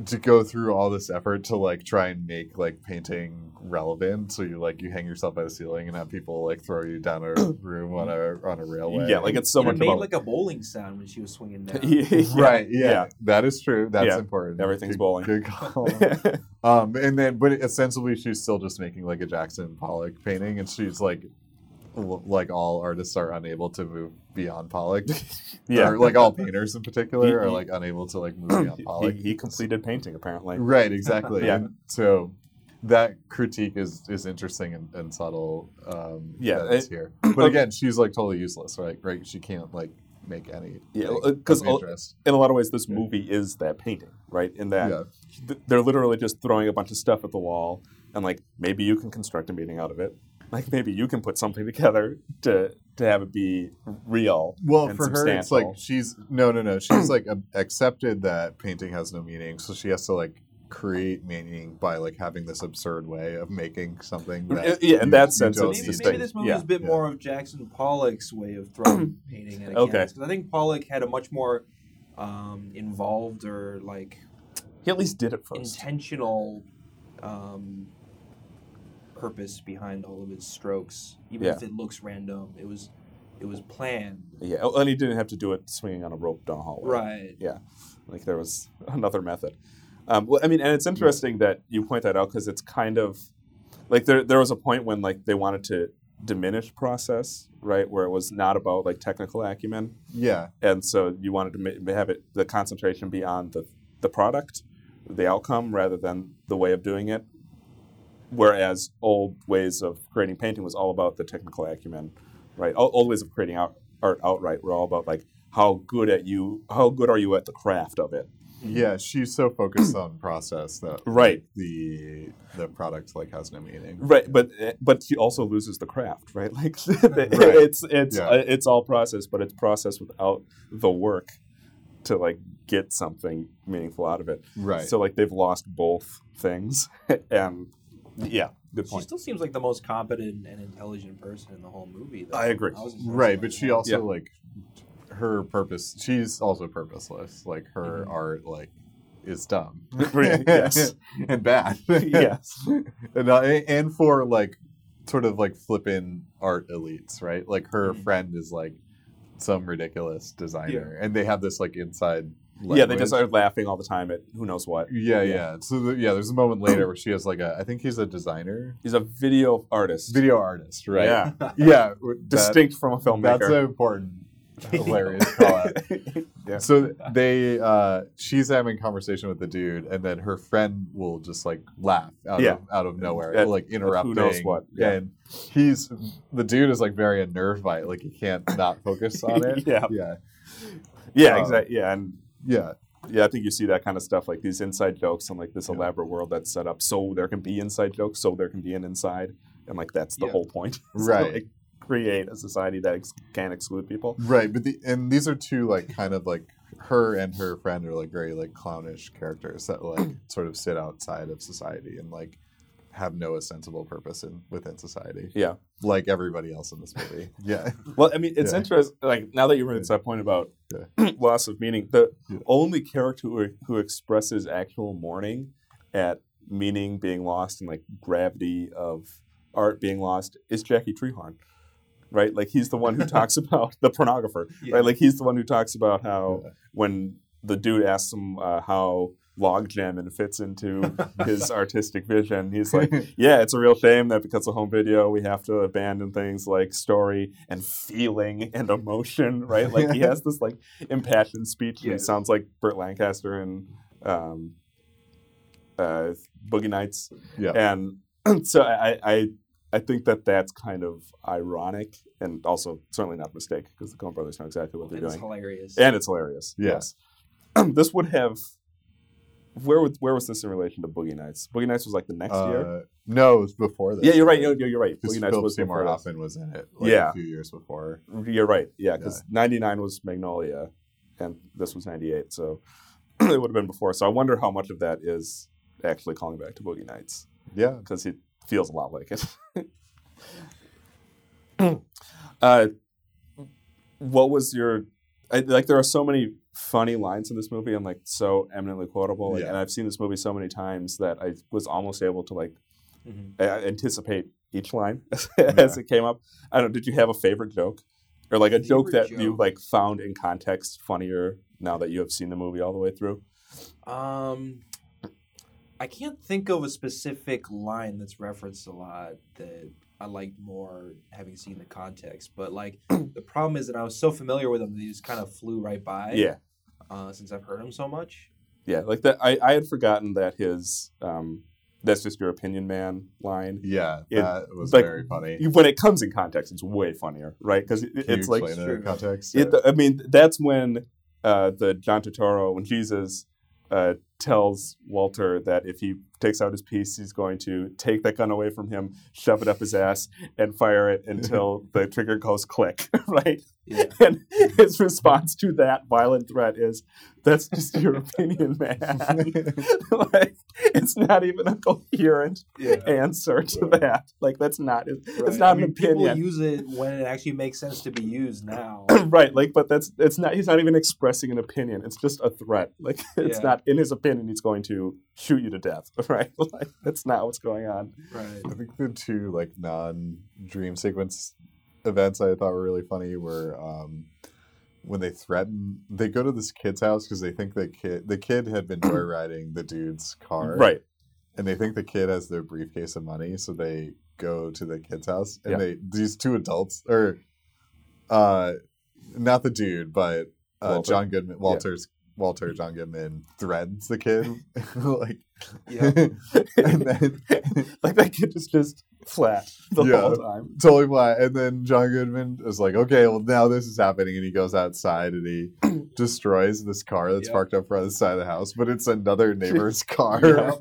to go through all this effort to like try and make like painting relevant so you like you hang yourself by the ceiling and have people like throw you
(clears throat)
down a room on a on a
(laughs)
railway
Yeah, like it's (laughs) so
Even
much
made
about (laughs)
like a bowling sound when she was swinging down.
Yeah,
(laughs) right yeah,
yeah.
that is true that's
Yeah.
important
Everything's
good,
bowling. (laughs)
good call um and then but essentially she's still just making like a jackson pollock painting and she's like l- like all artists are unable to move beyond pollock (laughs)
Yeah. (clears throat)
or like all painters in
He-
particular are
he-
like unable to like move beyond pollock
he, he completed painting apparently.
right exactly
Yeah.
And so that critique is is interesting and, and subtle um
Yeah,
that is
it-
here but again she's like totally useless right right she can't like make any
Yeah,
like,
uh, 'cause
of
all-
interest.
In a lot of ways, this movie is that painting, right? In that
Yeah.
th- they're literally just throwing a bunch of stuff at the wall and like maybe you can construct a meeting out of it. Like maybe you can put something (laughs) together to to have it be real.
Well,
and
for her, it's like
substantial.
she's no, no,
(clears throat)
no. She's like a- accepted that painting has no meaning, so she has to like create meaning by like having this absurd way of making something. That
Mm, Yeah, in
you-
that
you
sense,
don't
it's
need.
Maybe, maybe
distinct.
this movie
Yeah,
is a bit
yeah.
more of Jackson Pollock's way of
(coughs)
throwing painting at a
Okay.
canvas because I think Pollock had a much more um, involved or like
he at least did it first.
intentional um, purpose behind all of his strokes, even
Yeah.
if it looks random. It was it was planned,
Yeah, oh, and he didn't have to do it swinging on a rope down a hallway.
right?
Yeah, like there was (laughs) another method. Um, well, I mean, and it's interesting that you point that out because it's kind of like there there was a point when like they wanted to diminish process, right, where it was not about like technical acumen,
Yeah,
and so you wanted to ma- have it the concentration be on the the product the outcome rather than the way of doing it. Whereas old ways of creating painting was all about the technical acumen, right? Old, old ways of creating out, art outright were all about like how good at you, how good are you at the craft of it,
Yeah, she's so focused on process that
right? Mm,
the the product like has no meaning.
Right, but but he also loses the craft, right? (laughs) Like it's it's
Yeah.
uh, it's all process, but it's process without the work to like get something meaningful out of it.
Right.
So like they've lost both things, (laughs) and yeah, good
She
point.
still seems like the most competent and intelligent person in the whole movie. Though.
I agree.
was impressed
Right,
by
but
that.
she also
Yeah.
like her purpose. She's also purposeless. Like her art, like is dumb.
Mm-hmm. (laughs) Yes.
(laughs)
(laughs)
and bad.
Yes.
and uh, and for like sort of like flippin' art elites, right? Like her
Mm-hmm.
friend is like some ridiculous designer, and they have this like inside.
Yeah, they
language.
just are laughing all the time at who knows what.
Yeah, yeah. So the, yeah, there's a moment later where she has like a. I think he's a designer,
He's a video artist,
video artist, right?
Yeah.
(laughs) yeah. w-
(laughs)
that-
distinct from a filmmaker.
That's an
(laughs)
important, hilarious call out.
Yeah.
So they, uh, she's having conversation with the dude, and then her friend will just like laugh out
Yeah.
of out of nowhere,
At-
like
at who
interrupting.
knows what, yeah.
And he's the dude is like very unnerved by it. Like he can't not focus on it.
(laughs) Yeah.
yeah,
yeah,
Um,
exactly. Yeah, and
yeah.
yeah, I think you see that kind of stuff, like these inside jokes and like this elaborate world that's set up so there can be inside jokes, so there can be an inside, and like that's the
Yeah.
whole point, (laughs) So,
Right.
like, create a society that ex- can exclude (laughs) people.
Right, but the and these are two like kind of like her and her friend are like very like clownish characters
(clears throat)
that like sort of sit outside of society and like have no sensible purpose in within society,
Yeah.
like everybody else in this
(laughs)
movie. Yeah,
Well, I mean, it's
Yeah.
interesting. Like now that you bring up that point about (clears throat) loss of meaning, the
Yeah.
only character who, who expresses actual mourning at meaning being lost and like gravity of art being lost is Jackie Treehorn, right? Like he's the one who
(laughs)
talks about the pornographer,
Yeah.
right? Like he's the one who talks about how when the dude asks him uh, how log jamming fits into
(laughs)
his artistic vision he's like yeah it's a real shame that because of home video we have to abandon things like story and feeling and emotion right like
(laughs)
he has this like impassioned speech and he
Yeah.
sounds like burt lancaster in um, uh, boogie nights
yeah,
and (clears throat) so I, I- I I think that that's kind of ironic and also certainly not a mistake because the Coen Brothers know exactly what they're
it's
doing
hilarious.
and it's hilarious.
Yeah.
Yes, (clears throat) this would have. Where would, where was this in relation to Boogie Nights? Boogie Nights was like the next year.
Uh, no, it was before this.
Yeah, you're right. You're, you're right.
Because
Boogie Nights
Philip
was
Seymour
before this.
Hoffman was in it. Like,
Yeah.
a few years before.
You're right. Yeah, because '99 was Magnolia, and this was '98, so (clears throat) it would have been before. So I wonder how much of that is actually calling back to Boogie Nights.
Yeah,
because it feels a lot like it. (laughs) uh, what was your I, like? There are so many funny lines in this movie, and like so eminently quotable. Like,
Yeah.
And I've seen this movie so many times that I was almost able to like
Mhm.
a- anticipate each line (laughs) as, as it came up. I don't. Did you have a favorite joke, or like a joke that
Favorite
you
joke?
like found in context funnier now that you have seen the movie all the way through?
Um, I can't think of a specific line that's referenced a lot that I liked more having seen the context. But
(clears throat)
like, the problem is that I was so familiar with them that they just kind of flew right by.
yeah,
Uh, since I've heard them so much.
Yeah, like that. I, I had forgotten that his um, "That's just your opinion, man" line.
yeah,
It-
that was
like,
very funny.
When it comes in context, it's way funnier, right? Because it,
Can you
it's like,
explain it in
Sure.
context.
it, I mean, that's when uh, the John Turturro, when Jesus uh, tells Walter that if he takes out his piece, he's going to take that gun away from him, shove it up his ass, and fire it until the trigger goes click, (laughs) right?
(laughs) Yeah.
(laughs) And his response to that violent threat is, "That's just
(laughs)
your opinion, man." (laughs) like, it's not even a coherent answer to that. Like, that's not. It's, it's not
I
an
mean,
opinion.
People use it when it actually makes sense to be
(coughs)
used now.
right like but that's it's not he's not even expressing an opinion it's just a threat like (laughs) it's
Yeah.
not in his opinion he's going to shoot you to death (laughs) right like that's not what's going on
right.
I think the two like non dream sequence events I thought were really funny were um, when they threaten they go to this kid's house because they think the kid the kid
(clears throat)
had been joyriding the dude's car
right (laughs)
and they think the kid has their briefcase of money so they go to the kid's house and
Yeah.
they these two adults or uh, not the dude but uh,
Walter.
John Goodman Walter's Walter John Goodman threads the kid, (laughs) like,
Yeah.
(laughs) and then
like that kid is just flat the
Yeah.
whole time.
totally flat. And then John Goodman is like, okay, well now this is happening, and he goes outside
(clears throat)
and he destroys this car that's
Yep.
parked up front of the side of the house, but
(laughs)
it's another neighbor's car.
Yeah.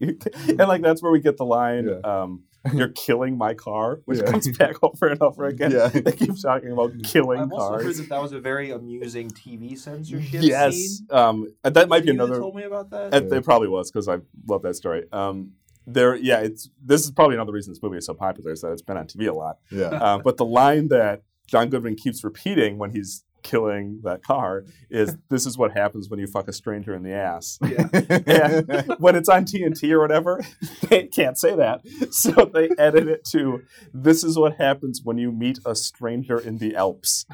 (laughs) and like that's where we get the line.
Yeah.
Um, you're killing my car, which
Yeah.
comes back over and over again.
(laughs) Yeah.
They keep talking about killing
I've also heard
cars.
that that was a very amusing
(laughs)
TV censorship
Yes,
scene.
um, and that might be
You that
another.
told me about that.
It, it probably was because I love that story. Um, there, yeah, it's this is probably another reason this movie is so popular is that it's been on TV a lot.
yeah,
Uh, but the line that John Goodman keeps repeating when he's killing that car
(laughs)
is, "This is what happens when you fuck a stranger in the ass."
yeah.
(laughs) And when it's on TNT or whatever, (laughs) they can't say that, (laughs) so they edit it to, "This is what happens when you meet a stranger in the Alps,"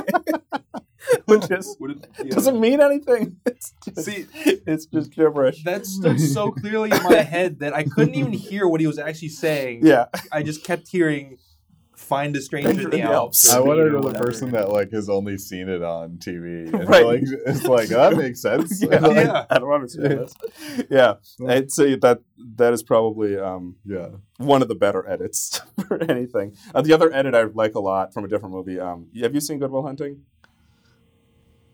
(laughs) which is
Would it- yeah.
doesn't mean anything. (laughs) It's just,
See-
it's just gibberish.
That stood so clearly in my head that I couldn't even hear what he was actually saying.
(laughs) Yeah,
I just kept hearing "Find a stranger in the Alps."
I
or
wonder to the
whatever.
person that like has only seen it on
(laughs)
TV. And
Right.
like, it's like that makes
(laughs)
sense.
yeah.
(laughs) Like,
(laughs) Yeah.
I don't understand this. Yeah, I'd say that that is probably um,
yeah.
one of the better edits (laughs) for anything. Uh, the other edit I like a lot from a different movie. Um, have you seen Goodwill Hunting?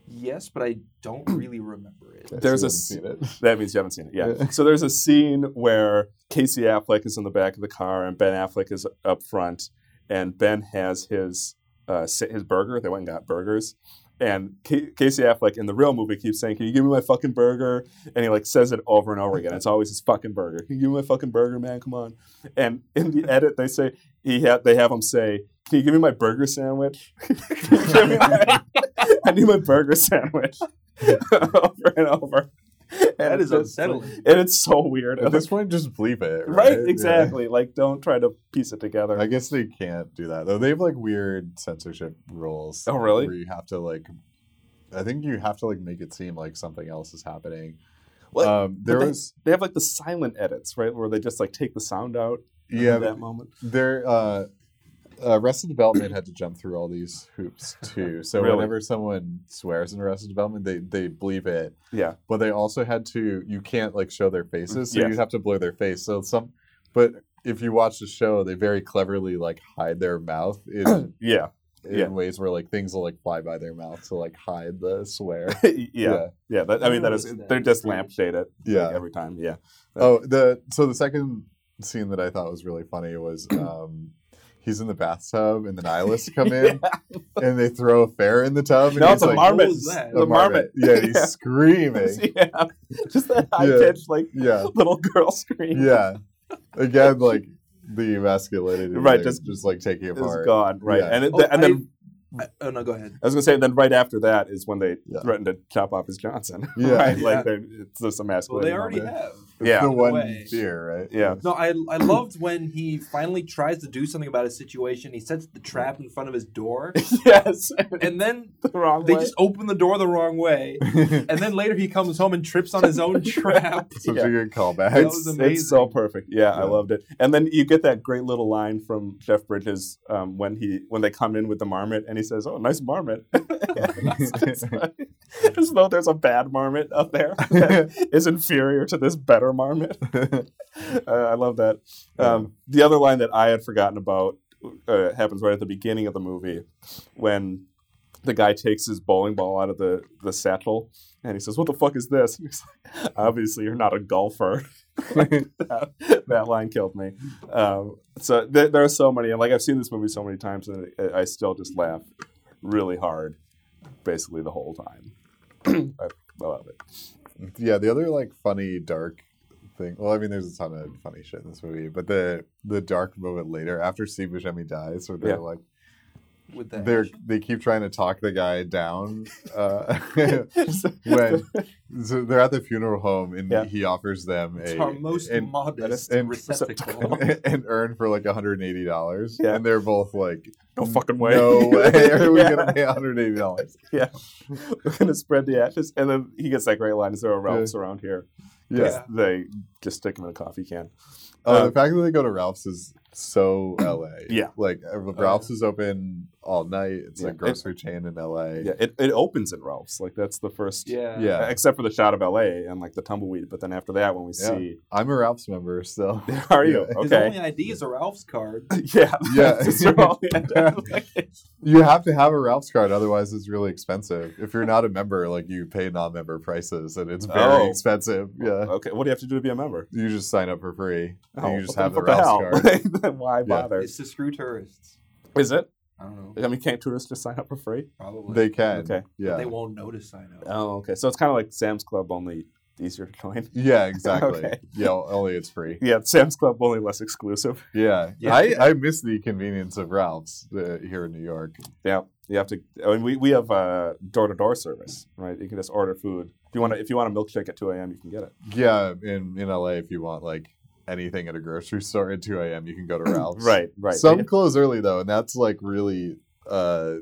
Yes, but I don't really remember it.
There's a
So you haven't seen
That means you haven't seen it. Yeah.
Yeah.
so there's a scene where Casey Affleck is in the back of the car and Ben Affleck is up front, and Ben has his uh, sa- his burger. They went and got burgers. And Ca Casey Affleck in the real movie keeps saying, "Can you give me my fucking burger?" And he like says it over and over again. It's always his fucking burger. Can you give me my fucking burger, man? Come on. And in the edit, they say he ha- they have him say, "Can you give me my burger sandwich?" (laughs) Can you give me my- (laughs) I need my burger sandwich (laughs) over and over. And
That is
it's just like-
unsettling.
and it's so weird. (laughs)
it. At this point, just bleep it.
right?
Right, Yeah.
Exactly. Like, don't try to piece it together.
I guess they can't do that though. They have like weird censorship rules.
Oh, really?
Where you have to like, I think you have to like make it seem like something else is happening.
Well,
um,
But
there
they,
was
they have like the silent edits, right, where they just like take the sound out. of
yeah,
that moment.
there uh uh, Arrested Development had to jump through all these hoops too. So
(laughs) Really?
whenever someone swears in Arrested Development, they they bleep it.
Yeah.
But they also had to you can't like show their faces, so
Yes.
you have to blur their face. So some, but if you watch the show, they very cleverly like hide their mouth
(coughs)
in, (laughs)
Yeah.
in
Yeah.
ways where like things will like fly by their mouth to like hide the swear.
yeah. Yeah. that, I mean, that is,
Noticed that.
they're just lampshade it
Yeah.
like, every time. Yeah.
Oh, the so the second scene that I thought was really
(clears throat)
funny was um he's in the bathtub and
(laughs)
the nihilists come in and they throw a fair in the tub and
No,
he's
it's a
like
marmot.
What was that?
The
a
marmot.
Yeah,
(laughs)
he's
Yeah.
screaming.
(laughs) yeah. Just that high pitched, like,
Yeah.
little girl scream.
Yeah. Again, like the masculinity.
Right,
thing,
just-
just, like taking
Is
apart.
gone. Right.
Yeah.
And, it,
Oh,
and then
I, oh no, go ahead.
I was going to say, then right after that is when they
Yeah.
threatened to chop off his Johnson. (laughs)
Yeah.
right?
Yeah.
Like, they're- it's just a
Well,
masculine.
they already
moment.
have.
It's
Yeah.
the one
way.
fear, right? (laughs)
Yeah. (laughs)
No, I, I loved when he finally tries to do something about his situation. He sets the trap in front of
(laughs)
his door,
yes. (laughs)
and then
the wrong
they
way.
just open the door the
(laughs)
wrong way. And then later he comes home and trips on his own trap.
Such
Yeah.
a good
That
callback.
was
it's, it's so
amazing.
perfect. Yeah, I
Yeah.
loved it. And then you get that great little line from Jeff Bridges um, when he when they come in with the marmot and he says, "Oh, nice marmot." (laughs) It's just like- As though there's a bad marmot up there (laughs) that is inferior to this better
(laughs)
marmot. uh, I love that. Um, the other line that I had forgotten about uh, happens right at the beginning of the movie when the guy takes his bowling ball out of the, the satchel and he says, "What the fuck is this?" (laughs) And he's like, "Obviously, you're not a golfer." that, that line killed me. Um, so th- there are so many, and like I've seen this movie so many times, and I, I still just laugh really hard, basically the whole time. (clears throat) I, I love it.
yeah the other like funny dark thing well i mean there's a ton of funny shit in this movie but the the dark moment later after steve buscemi dies where they're
Yeah.
like
With that,
they're they keep trying to talk the guy down uh (laughs)
(laughs)
when
That
so they're at the funeral home and
Yeah.
he offers them
it's
a
our most
an,
modest
and- (laughs)
receptacle.
an, an urn for like 180 dollars
Yeah.
and they're both like
No fucking way.
(laughs) no (laughs) way are
(laughs)
we
Yeah.
gonna pay 180 dollars
yeah, we're gonna spread the ashes, and then he gets that great line: "Is there a Ralph's around here?"
yeah
Just- They just stick him in a coffee can.
Uh,
Um,
the fact that they go to Ralph's is so
(clears throat)
LA.
Yeah.
Like uh, Ralph's is open all night. It's
Yeah.
a grocery chain in LA.
Yeah, it, it opens in Ralph's. Like that's the first.
Yeah.
Yeah.
Except for the shot of L.A. and like the tumbleweed, but then after that, when we
Yeah.
see,
I'm a Ralph's member
(laughs)
still.
are you
Yeah.
His
okay?
only ID is a Ralph's
(laughs)
card.
(laughs) yeah,
Yeah.
That's your (laughs) only identification.
(laughs) You have to have a Ralph's card, otherwise it's really expensive. If you're not a member, like you pay non-member prices, and it's very
Oh.
expensive. Yeah,
okay, what do you have to do to be a member?
you just sign up for free. and
Oh,
you just
what
have a
the
Ralph's
hell? (laughs)
card.
Like, Why bother?
It's to screw tourists.
Is it?
I don't know.
I mean, can't tourists just sign up for free?
Probably.
They uh, can.
Okay.
Yeah.
They won't notice I know.
Oh, okay. So it's kind of like Sam's Club, only easier to join. (laughs)
Yeah. Exactly.
Okay.
Yeah. Only it's free.
Yeah, Sam's Club, only less exclusive. (laughs)
Yeah.
Yeah.
I I miss the convenience of Ralph's uh, here in New York.
Yeah, you have to. I mean, we, we have uh, door-to-door service, right? You can just order food. If you want to, if you want a milkshake at 2 a.m., you can get it.
Yeah. In in LA, if you want like anything at a grocery store at 2 a.m., you can
(clears throat)
go to Ralph's.
Right, right. (laughs)
Some close early though, and that's like really uh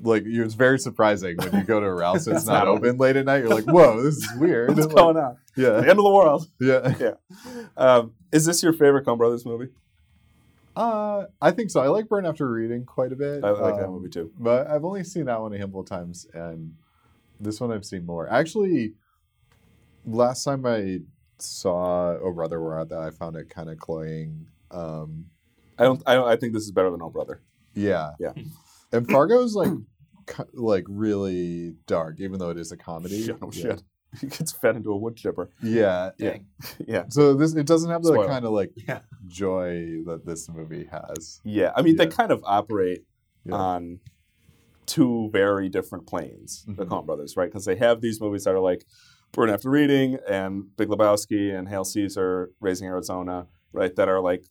like you- it's very surprising when you
(laughs)
go to a Ralph's and it's not
not
open late at
(laughs)
night. You're like, whoa, this is weird.
What's
(laughs) Like,
going on? The (laughs)
Yeah,
end of the world.
yeah.
Um, is this your favorite Coen Brothers movie?
Uh, I think so. I like Burn After Reading quite a bit.
I like that
Um,
movie too.
but I've only seen that one a handful of times, and this one I've seen more. Actually, last time I saw Oh Brother Where Art Thou, I found it kind of cloying. Um,
I don't. I, don't- I think this is better than Oh Brother.
Yeah.
Yeah.
And
(clears throat)
Fargo's like co- like really dark, even though it is a comedy.
(laughs) Yeah, no Oh, shit. He gets fed into a wood chipper.
Yeah. yeah.
Dang.
(laughs) Yeah,
So this it doesn't have the
Spoiler.
kind of like
Yeah.
joy that this movie has.
yeah. I mean, they
Yeah.
kind of operate
Yeah.
on two very different planes, the
Mhm.
Coen Brothers, right? Because they have these movies that are like Burn After Reading and Big Lebowski and Hail Caesar, Raising Arizona, right? That are like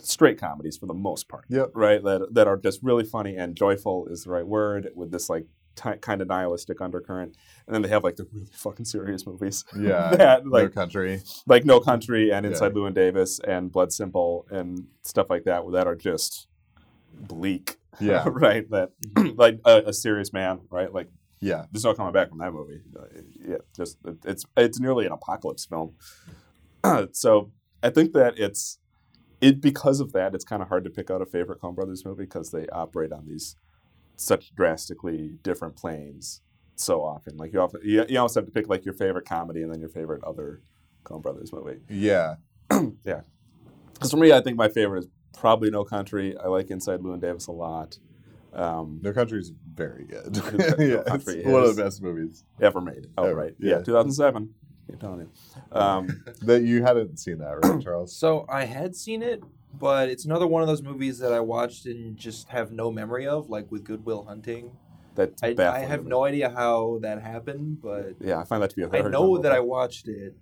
straight comedies for the most part,
Yep.
right? That that are just really funny and joyful is the right word with this like ti kind of nihilistic undercurrent. And then they have like the really fucking serious movies,
Yeah.
(laughs) That,
no
like-
country.
like No Country and
Yeah.
Inside Llewyn Davis and Blood Simple and stuff like that, that are just bleak (laughs)
Yeah.
right? That
Mm-hmm.
like a, a serious man, right? Like
Yeah.
there's no coming back from that movie. Uh, Yeah, just it, it's it's nearly an apocalypse film. (clears throat) so I think that it's it because of that it's kind of hard to pick out a favorite Coen Brothers movie because they operate on these such drastically different planes so often. Like you often you, you almost have to pick like your favorite comedy and then your favorite other Coen Brothers movie.
Yeah.
Because for me, I think my favorite is probably No Country. I like Inside Llewyn Davis a lot. Um,
No country's very good.
No
(laughs) yeah, it's
Country
one of
is.
the best movies
ever made. Oh,
Ever,
right. Yeah,
yeah.
2007. I'm telling you. Um,
that you hadn't seen that, right, Charles?
So I had seen it, but it's another one of those movies that I watched and just have no memory of, like with Goodwill Hunting.
that's
I, I
baffling to
have
me.
no idea how that happened, but
Yeah, I find that to be a
I
very
know
dumb
that I
movie.
watched it.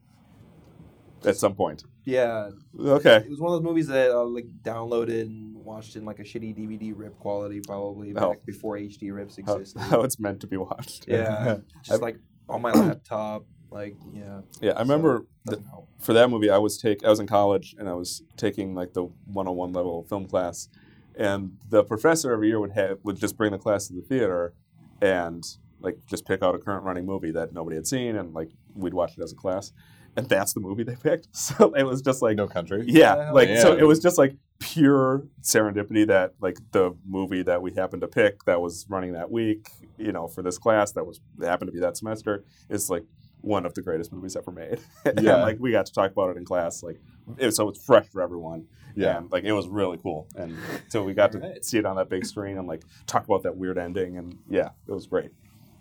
at some point.
Yeah,
Okay.
it was one of those movies that I like downloaded and watched in like a shitty DVD rip quality, probably back
Oh.
before HD rips
How, (laughs)
existed.
how it's meant to be watched. (laughs)
yeah, just
I've-
like
(clears throat)
on my laptop, like yeah.
Yeah, I remember
So,
th- for that movie, I was take I was in college and I was taking like the 101 level film class, and the professor every year would have would just bring the class to the theater, and like just pick out a current running movie that nobody had seen, and like we'd watch it as a class, and that's the movie they picked. (laughs) So it was just like
No country.
Yeah, like so
Yeah.
it was just like pure serendipity that like the movie that we happened to pick that was running that week, you know, for this class that was that happened to be that semester is like one of the greatest movies ever made. (laughs) and,
Yeah.
like we got to talk about it in class, like it, so it's fresh for everyone.
Yeah.
and, like it was really cool, and so we got to
Alright.
see it on that big screen and like talk about that weird ending, and yeah, it was great,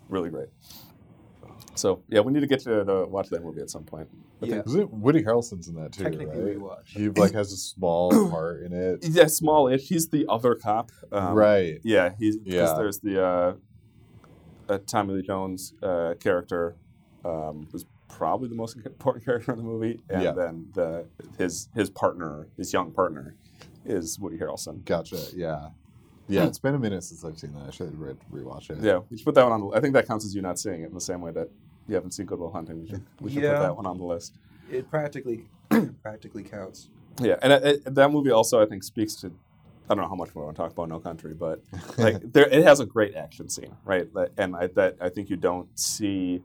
really great. So yeah, we need to get you to watch that movie at some point. I
Yeah,
Is it Woody Harrelson's in that too?
technically
right?
rewatch.
He like has a small
(coughs)
part in it.
Yeah, small-ish. He's the other cop. Um,
right.
Yeah, he's because
Yeah.
there's the uh, uh, Tommy Lee Jones uh, character um, who's probably the most (laughs) important character in the movie, and
Yeah.
then the his his partner, his young partner, is Woody Harrelson.
Gotcha. Yeah. Yeah, it's been a minute since I've seen that. I should re- rewatch it.
Hmm. Yeah, we should put that one on. the I think that counts as you not seeing it in the same way that you haven't seen Goodwill Hunting. We should, we should
Yeah.
put that one on the list.
It practically (clears throat) practically counts.
Yeah, and I, I, that movie also I think speaks to I don't know how much more I want to talk about No Country, but like there it has a great action scene, right? That, and I, that I think you don't see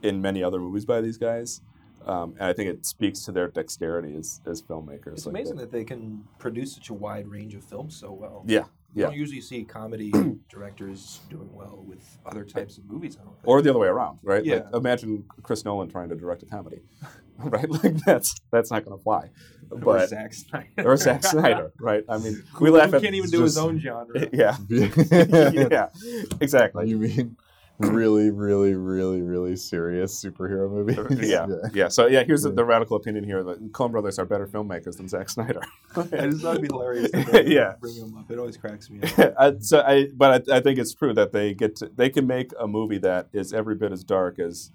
in many other movies by these guys. Um, and I think it speaks to their dexterity as, as filmmakers.
It's
like
amazing
that.
that they can produce such a wide range of films so well.
Yeah,
You
yeah.
don't usually
(clears throat)
see comedy directors doing well with other types of movies. I don't think.
Or the other way around, right? Like,
Yeah.
imagine Chris Nolan trying to direct a comedy, (laughs) right? Like that's that's not going to fly. But
Or Zack Snyder.
or
(laughs)
Zack Snyder, right? I mean, we laugh
Who
at
can't even
it's
do his
just- (laughs)
own genre.
Yeah,
(laughs) yeah.
yeah, exactly.
You mean really, really, really, really serious superhero movies?
(laughs)
(laughs)
Yeah, yeah. So yeah, here's the, the radical opinion here: that Coen Brothers are better filmmakers than Zack Snyder. (laughs)
I just thought it'd be hilarious. to bring-
Yeah.
Bring him up. It always cracks me up.
I, so I, but I, I think it's true that they get to, they can make a movie that is every bit as dark as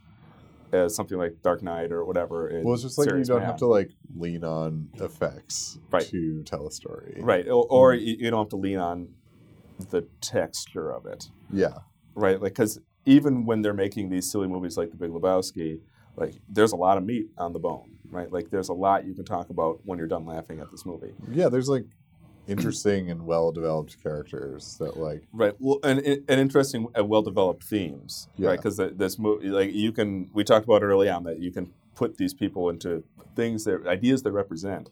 as something like Dark Knight or whatever. in
Well, it's just like
serious
you don't
man.
have to like lean on effects
Right.
to Mm-hmm. tell a story.
right, or, or you, you don't have to lean on the texture of it.
Yeah.
right? Like, because even when they're making these silly movies like The Big Lebowski, like, there's a lot of meat on the bone, right? Like, there's a lot you can talk about when you're done laughing at this movie,
Yeah, there's like interesting and well developed characters that like
right? Well, and and interesting and well-developed themes,
Yeah.
right? Because this movie, like, you can we talked about it early on that you can put these people into things that ideas they represent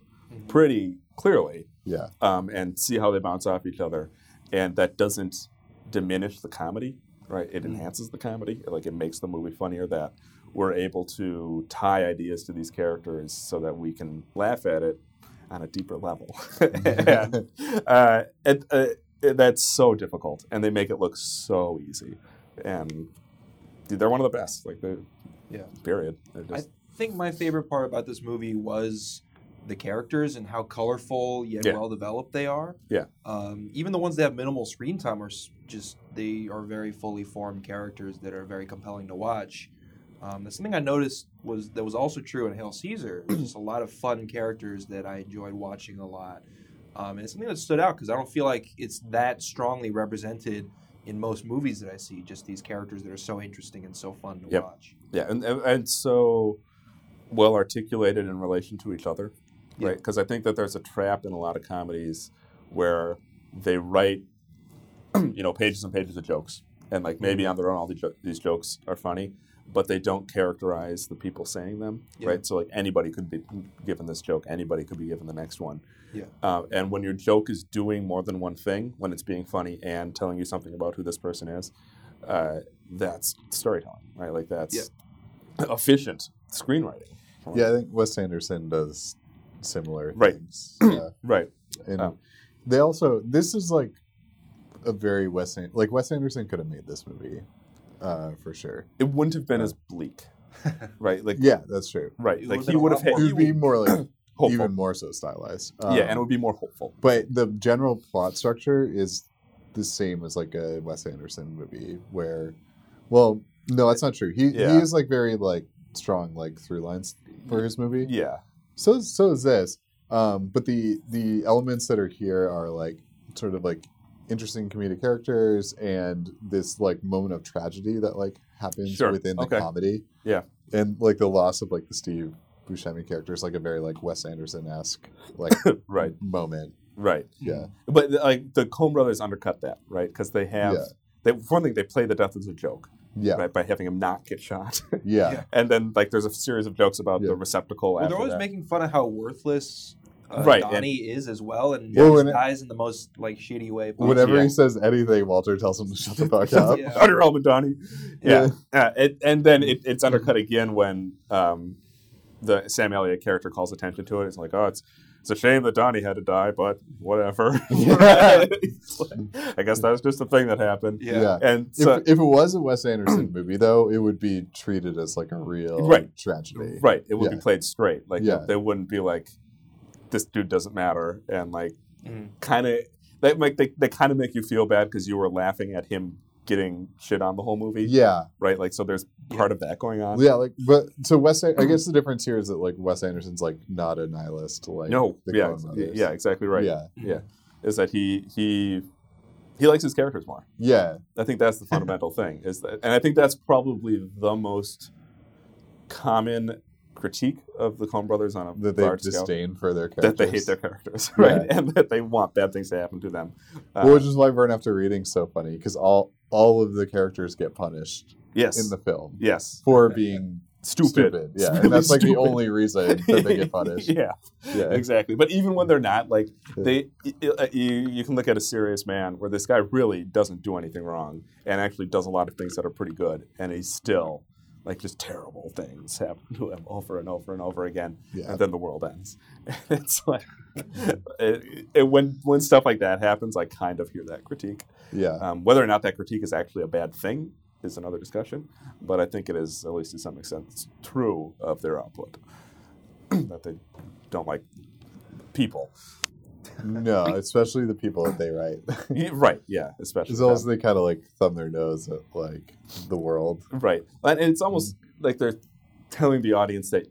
pretty clearly,
yeah.
um, and see how they bounce off each other. And that doesn't diminish the comedy, right?
Mm.
It enhances the comedy. Like it makes the movie funnier that we're able to tie ideas to these characters so that we can laugh at it on a deeper
(laughs)
level. (laughs) and, uh, it, uh, it- that's so difficult, and they make it look so easy. And they're one of the best. Like the
Yeah.
period. They're
I
just,
think my favorite part about this movie was the characters and how colorful yet
Yeah.
well developed they are.
Yeah.
Um, even the ones that have minimal screen time are s- just they are very fully formed characters that are very compelling to watch. Um, that's something I noticed was that was also true in Hail Caesar. There's
(clears throat)
just a lot of fun characters that I enjoyed watching a lot. Um, and it's something that stood out because I don't feel like it's that strongly represented in most movies that I see. Just these characters that are so interesting and so fun to
Yep.
watch.
Yeah, and, and and so well articulated in relation to each other,
Yeah.
right? Because I think that there's a trap in a lot of comedies where they write, (clears throat) you know, pages and pages of jokes, and like
Mm-hmm.
maybe on their own, all the jo- these jokes are funny, but they don't characterize the people saying them,
Yeah.
right? So like anybody could be given this joke, anybody could be given the next one.
Yeah.
Uh, and when your joke is doing more than one thing, when it's being funny and telling you something about who this person is, uh, that's storytelling, right? Like that's efficient screenwriting.
Yeah, I think Wes Anderson does similar
Right.
things. Yeah.
Right.
And
Um,
they also this is like a very Wes An- like Wes Anderson could have made this movie uh, for sure.
It wouldn't have been as
(laughs)
bleak, right? Like
Yeah, that's true.
right.
It
Like
would've been
he
a
would have
lot more uh,
had
It would be more like
(coughs) hopeful.
even more so stylized.
yeah,
Um,
and it would be more hopeful.
but the general plot structure is the same as like a Wes Anderson movie where well no that's not true he
Yeah.
he is like very like strong like through lines for his movie
Yeah.
so so is this um but the the elements that are here are like sort of like interesting comedic characters and this like moment of tragedy that like happens
Sure.
within the
Okay.
comedy
Yeah.
and like the loss of like the Steve Buscemi character is like a very like Wes Anderson esque like
(laughs) Right.
moment
Right.
yeah
But like the Coen Brothers undercut that, right? Because they have.
Yeah.
They, for one thing, they play the death as a joke,
yeah
right? By having him not get shot, (laughs)
Yeah.
Yeah.
and then like there's a series of jokes about
Yeah.
the receptacle.
Well,
after
they're always
that.
making fun of how worthless uh,
Right, and-
Donnie is as well, and
Well,
he
when it-
dies in the most like shitty way. possible.
Whenever
Yeah.
he says anything, Walter tells him to shut the fuck
(laughs)
up.
Yeah.
Under Elman Donnie. Yeah. Uh, it, and then it, it's undercut again when um, the Sam Elliott character calls attention to it. It's like, oh, it's it's a shame that Donnie had to die, but whatever.
(laughs) Yeah.
It's like, (laughs) I guess that's just the thing that happened.
Yeah.
And
If,
so,
if it was a Wes Anderson (clears throat) movie, though, it would be treated as like a real
Right.
tragedy.
right, it would
Yeah.
be played straight. Like,
Yeah.
they wouldn't be like, this dude doesn't matter. And like,
Mhm.
kind of, they, make they, they kind of make you feel bad because you were laughing at him getting shit on the whole movie.
Yeah.
Right? Like, so there's part of that going on.
Yeah. Like, but so Wes, An- I guess the difference here is that like Wes Anderson's like not a nihilist. Like,
no,
the
yeah,
Coen
ex-
brothers.
yeah, exactly right.
Yeah.
yeah, is that he he he likes his characters more.
Yeah.
I think that's the fundamental
(laughs)
thing. Is that, and I think that's probably the most common critique of the Coen Brothers on a
That they
large scale.
disdain for their
That
characters.
they hate their characters, (laughs) right,
Yeah.
and that they want bad things to happen to them. Uh,
Well, which is why Burn After Reading's so funny because all all of the characters get
Uh,
punished
yes,
in the film
yes,
for being
stupid. (laughs)
Stupid.
It's
Yeah. and
really
that's like
stupid.
the only reason that they
(laughs)
get punished.
yeah,
Yeah.
exactly. But even when they're not, like they, i- i- uh, you, you can look at a serious man where this guy really doesn't do anything wrong and actually does a lot of things that are pretty good, and he's still like just terrible things happen to him over and over and over again,
Yeah.
and then the world ends. (laughs) it's like (laughs) it, it, when when stuff like that happens, I kind of hear that critique.
Yeah.
Um, whether or not that critique is actually a bad thing is another discussion, but I think it is, at least to some extent, true of their output (clears throat) that they don't like
(laughs)
people.
No, especially the people that
(laughs)
they write. (laughs)
Yeah, E, right? Yeah, especially
As long as
them.
they kind of like thumb their nose at like the world.
right. And and it's almost like they're telling the audience that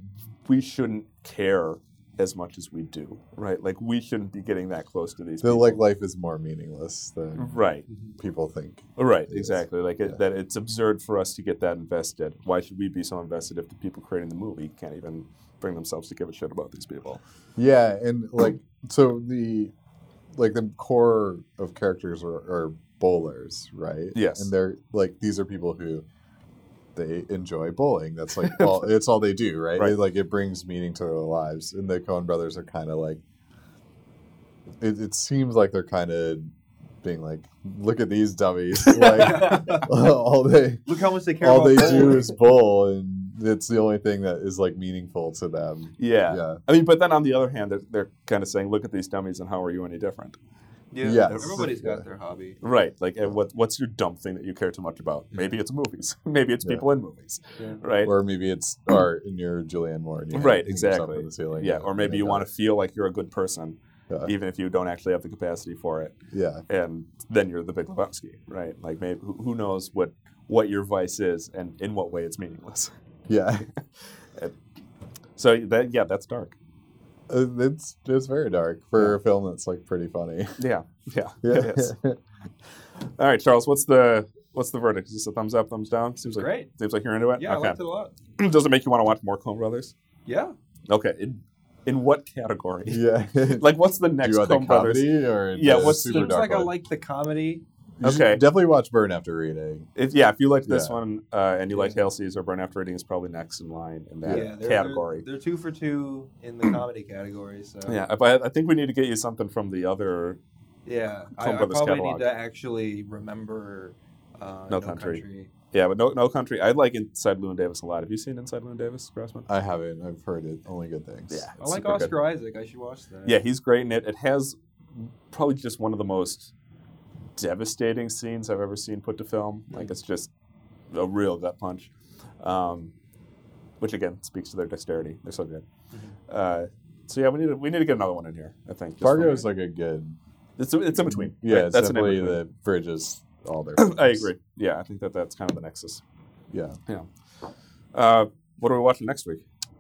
we shouldn't care as much as we do, right? Like we shouldn't be getting that close to these.
They're
people.
like life is more meaningless than
right.
people think.
Right,
It is.
exactly. Like
Yeah.
it, that, it's absurd for us to get that invested. Why should we be so invested if the people creating the movie can't even bring themselves to give a shit about these people?
Yeah, and like so the like the core of characters are, are bowlers, right?
Yes.
and they're like these are people who they enjoy bowling. That's like all it's all they do, right?
Right.
It, like it brings meaning to their lives, and the Cohen brothers are kind of like it, it seems like they're kind of being like, look at these dummies, (laughs) like all they
Look how much they care
all they
about
do
bowling.
is bowl, and it's the only thing that is like meaningful to them.
Yeah.
Yeah.
I mean, but then on the other hand, they're, they're kind of saying, look at these dummies and how are you any different?
Yeah,
Yes.
everybody's
Yeah.
got their hobby.
Right. Like, and what, what's your dumb thing that you care too much about? Maybe it's movies. (laughs) Maybe it's
Yeah.
people in movies.
Yeah.
Right.
or
(clears throat)
maybe it's art and you're Julianne Moore. And you
right,
hang yourself
exactly.
on the ceiling
yeah.
and-
Or maybe
and
you
it
want to
does.
feel like you're a good person,
Yeah.
even if you don't actually have the capacity for it.
Yeah,
and then you're the Big Lebowski, right? Like maybe who who knows what what your vice is and in what way it's meaningless.
yeah. (laughs)
So that yeah, that's dark.
Uh, It's it's very dark for a film that's like pretty funny. (laughs)
Yeah, yeah,
Yeah,
it is. All right, Charles, what's the what's the verdict? Is this a thumbs up, thumbs down? Seems like
Great.
Seems like you're into it.
Yeah, I liked it a lot.
(clears throat) Does it make you want to watch more Coen Brothers?
Yeah.
Okay, in in what category?
yeah.
(laughs)
(laughs)
Like what's the
do
next
you want the
Coen Brothers?
comedy or
Yeah,
the
what's-
super
Seems
dark
like I
one?
like the comedy.
You should
Okay.
definitely watch Burn After Reading.
If, yeah, if you like this
Yeah.
one uh, and you like Hail Caesar, Burn After Reading is probably next in line in that
they're- they're-
category.
They're, two for two in the comedy category. So
yeah, but I think we need to get you something from the other
yeah. I,
Coen
I
Brothers
probably
catalog.
need to actually remember uh,
No
No,
Country.
country.
Yeah, but no, no country. I like Inside Llewyn Davis a lot. Have you seen Inside Llewyn Davis, Grossman?
I haven't. I've heard it. Only good things.
Yeah,
I
it's
like
super good.
Oscar Isaac. I should watch that.
Yeah, he's great in it. It has probably just one of the most devastating scenes I've ever seen put to film. Like it's just a real gut punch, um, which again speaks to their dexterity. They're so good.
Mm-hmm.
Uh, so yeah, we need to, we need to get another one in here. I think just
Fargo
from-
is like a good.
it's it's in between.
Yeah,
Right,
it's
that's an in
definitely
between.
the bridges all their.
(clears throat) I
films.
agree. Yeah, I think that that's kind of the nexus.
Yeah.
Yeah. Uh, what are we watching next week?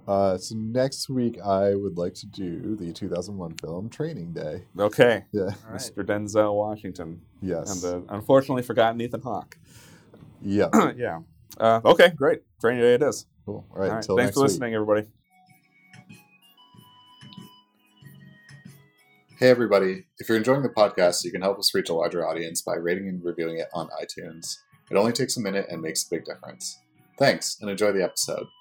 Uh, so next week I would like to do the 2001 film Training Day.
Okay.
Yeah.
All right.
Mr. Denzel Washington.
Yes.
And the unfortunately forgotten Ethan Hawke.
(clears throat) yeah.
yeah. Uh, okay, great. Training day it is.
Cool. All
All
right.
right.
Until
Thanks
next
for
week.
listening, everybody.
Hey, everybody. If you're enjoying the podcast, you can help us reach a larger audience by rating and reviewing it on iTunes. It only takes a minute and makes a big difference. Thanks, and enjoy the episode.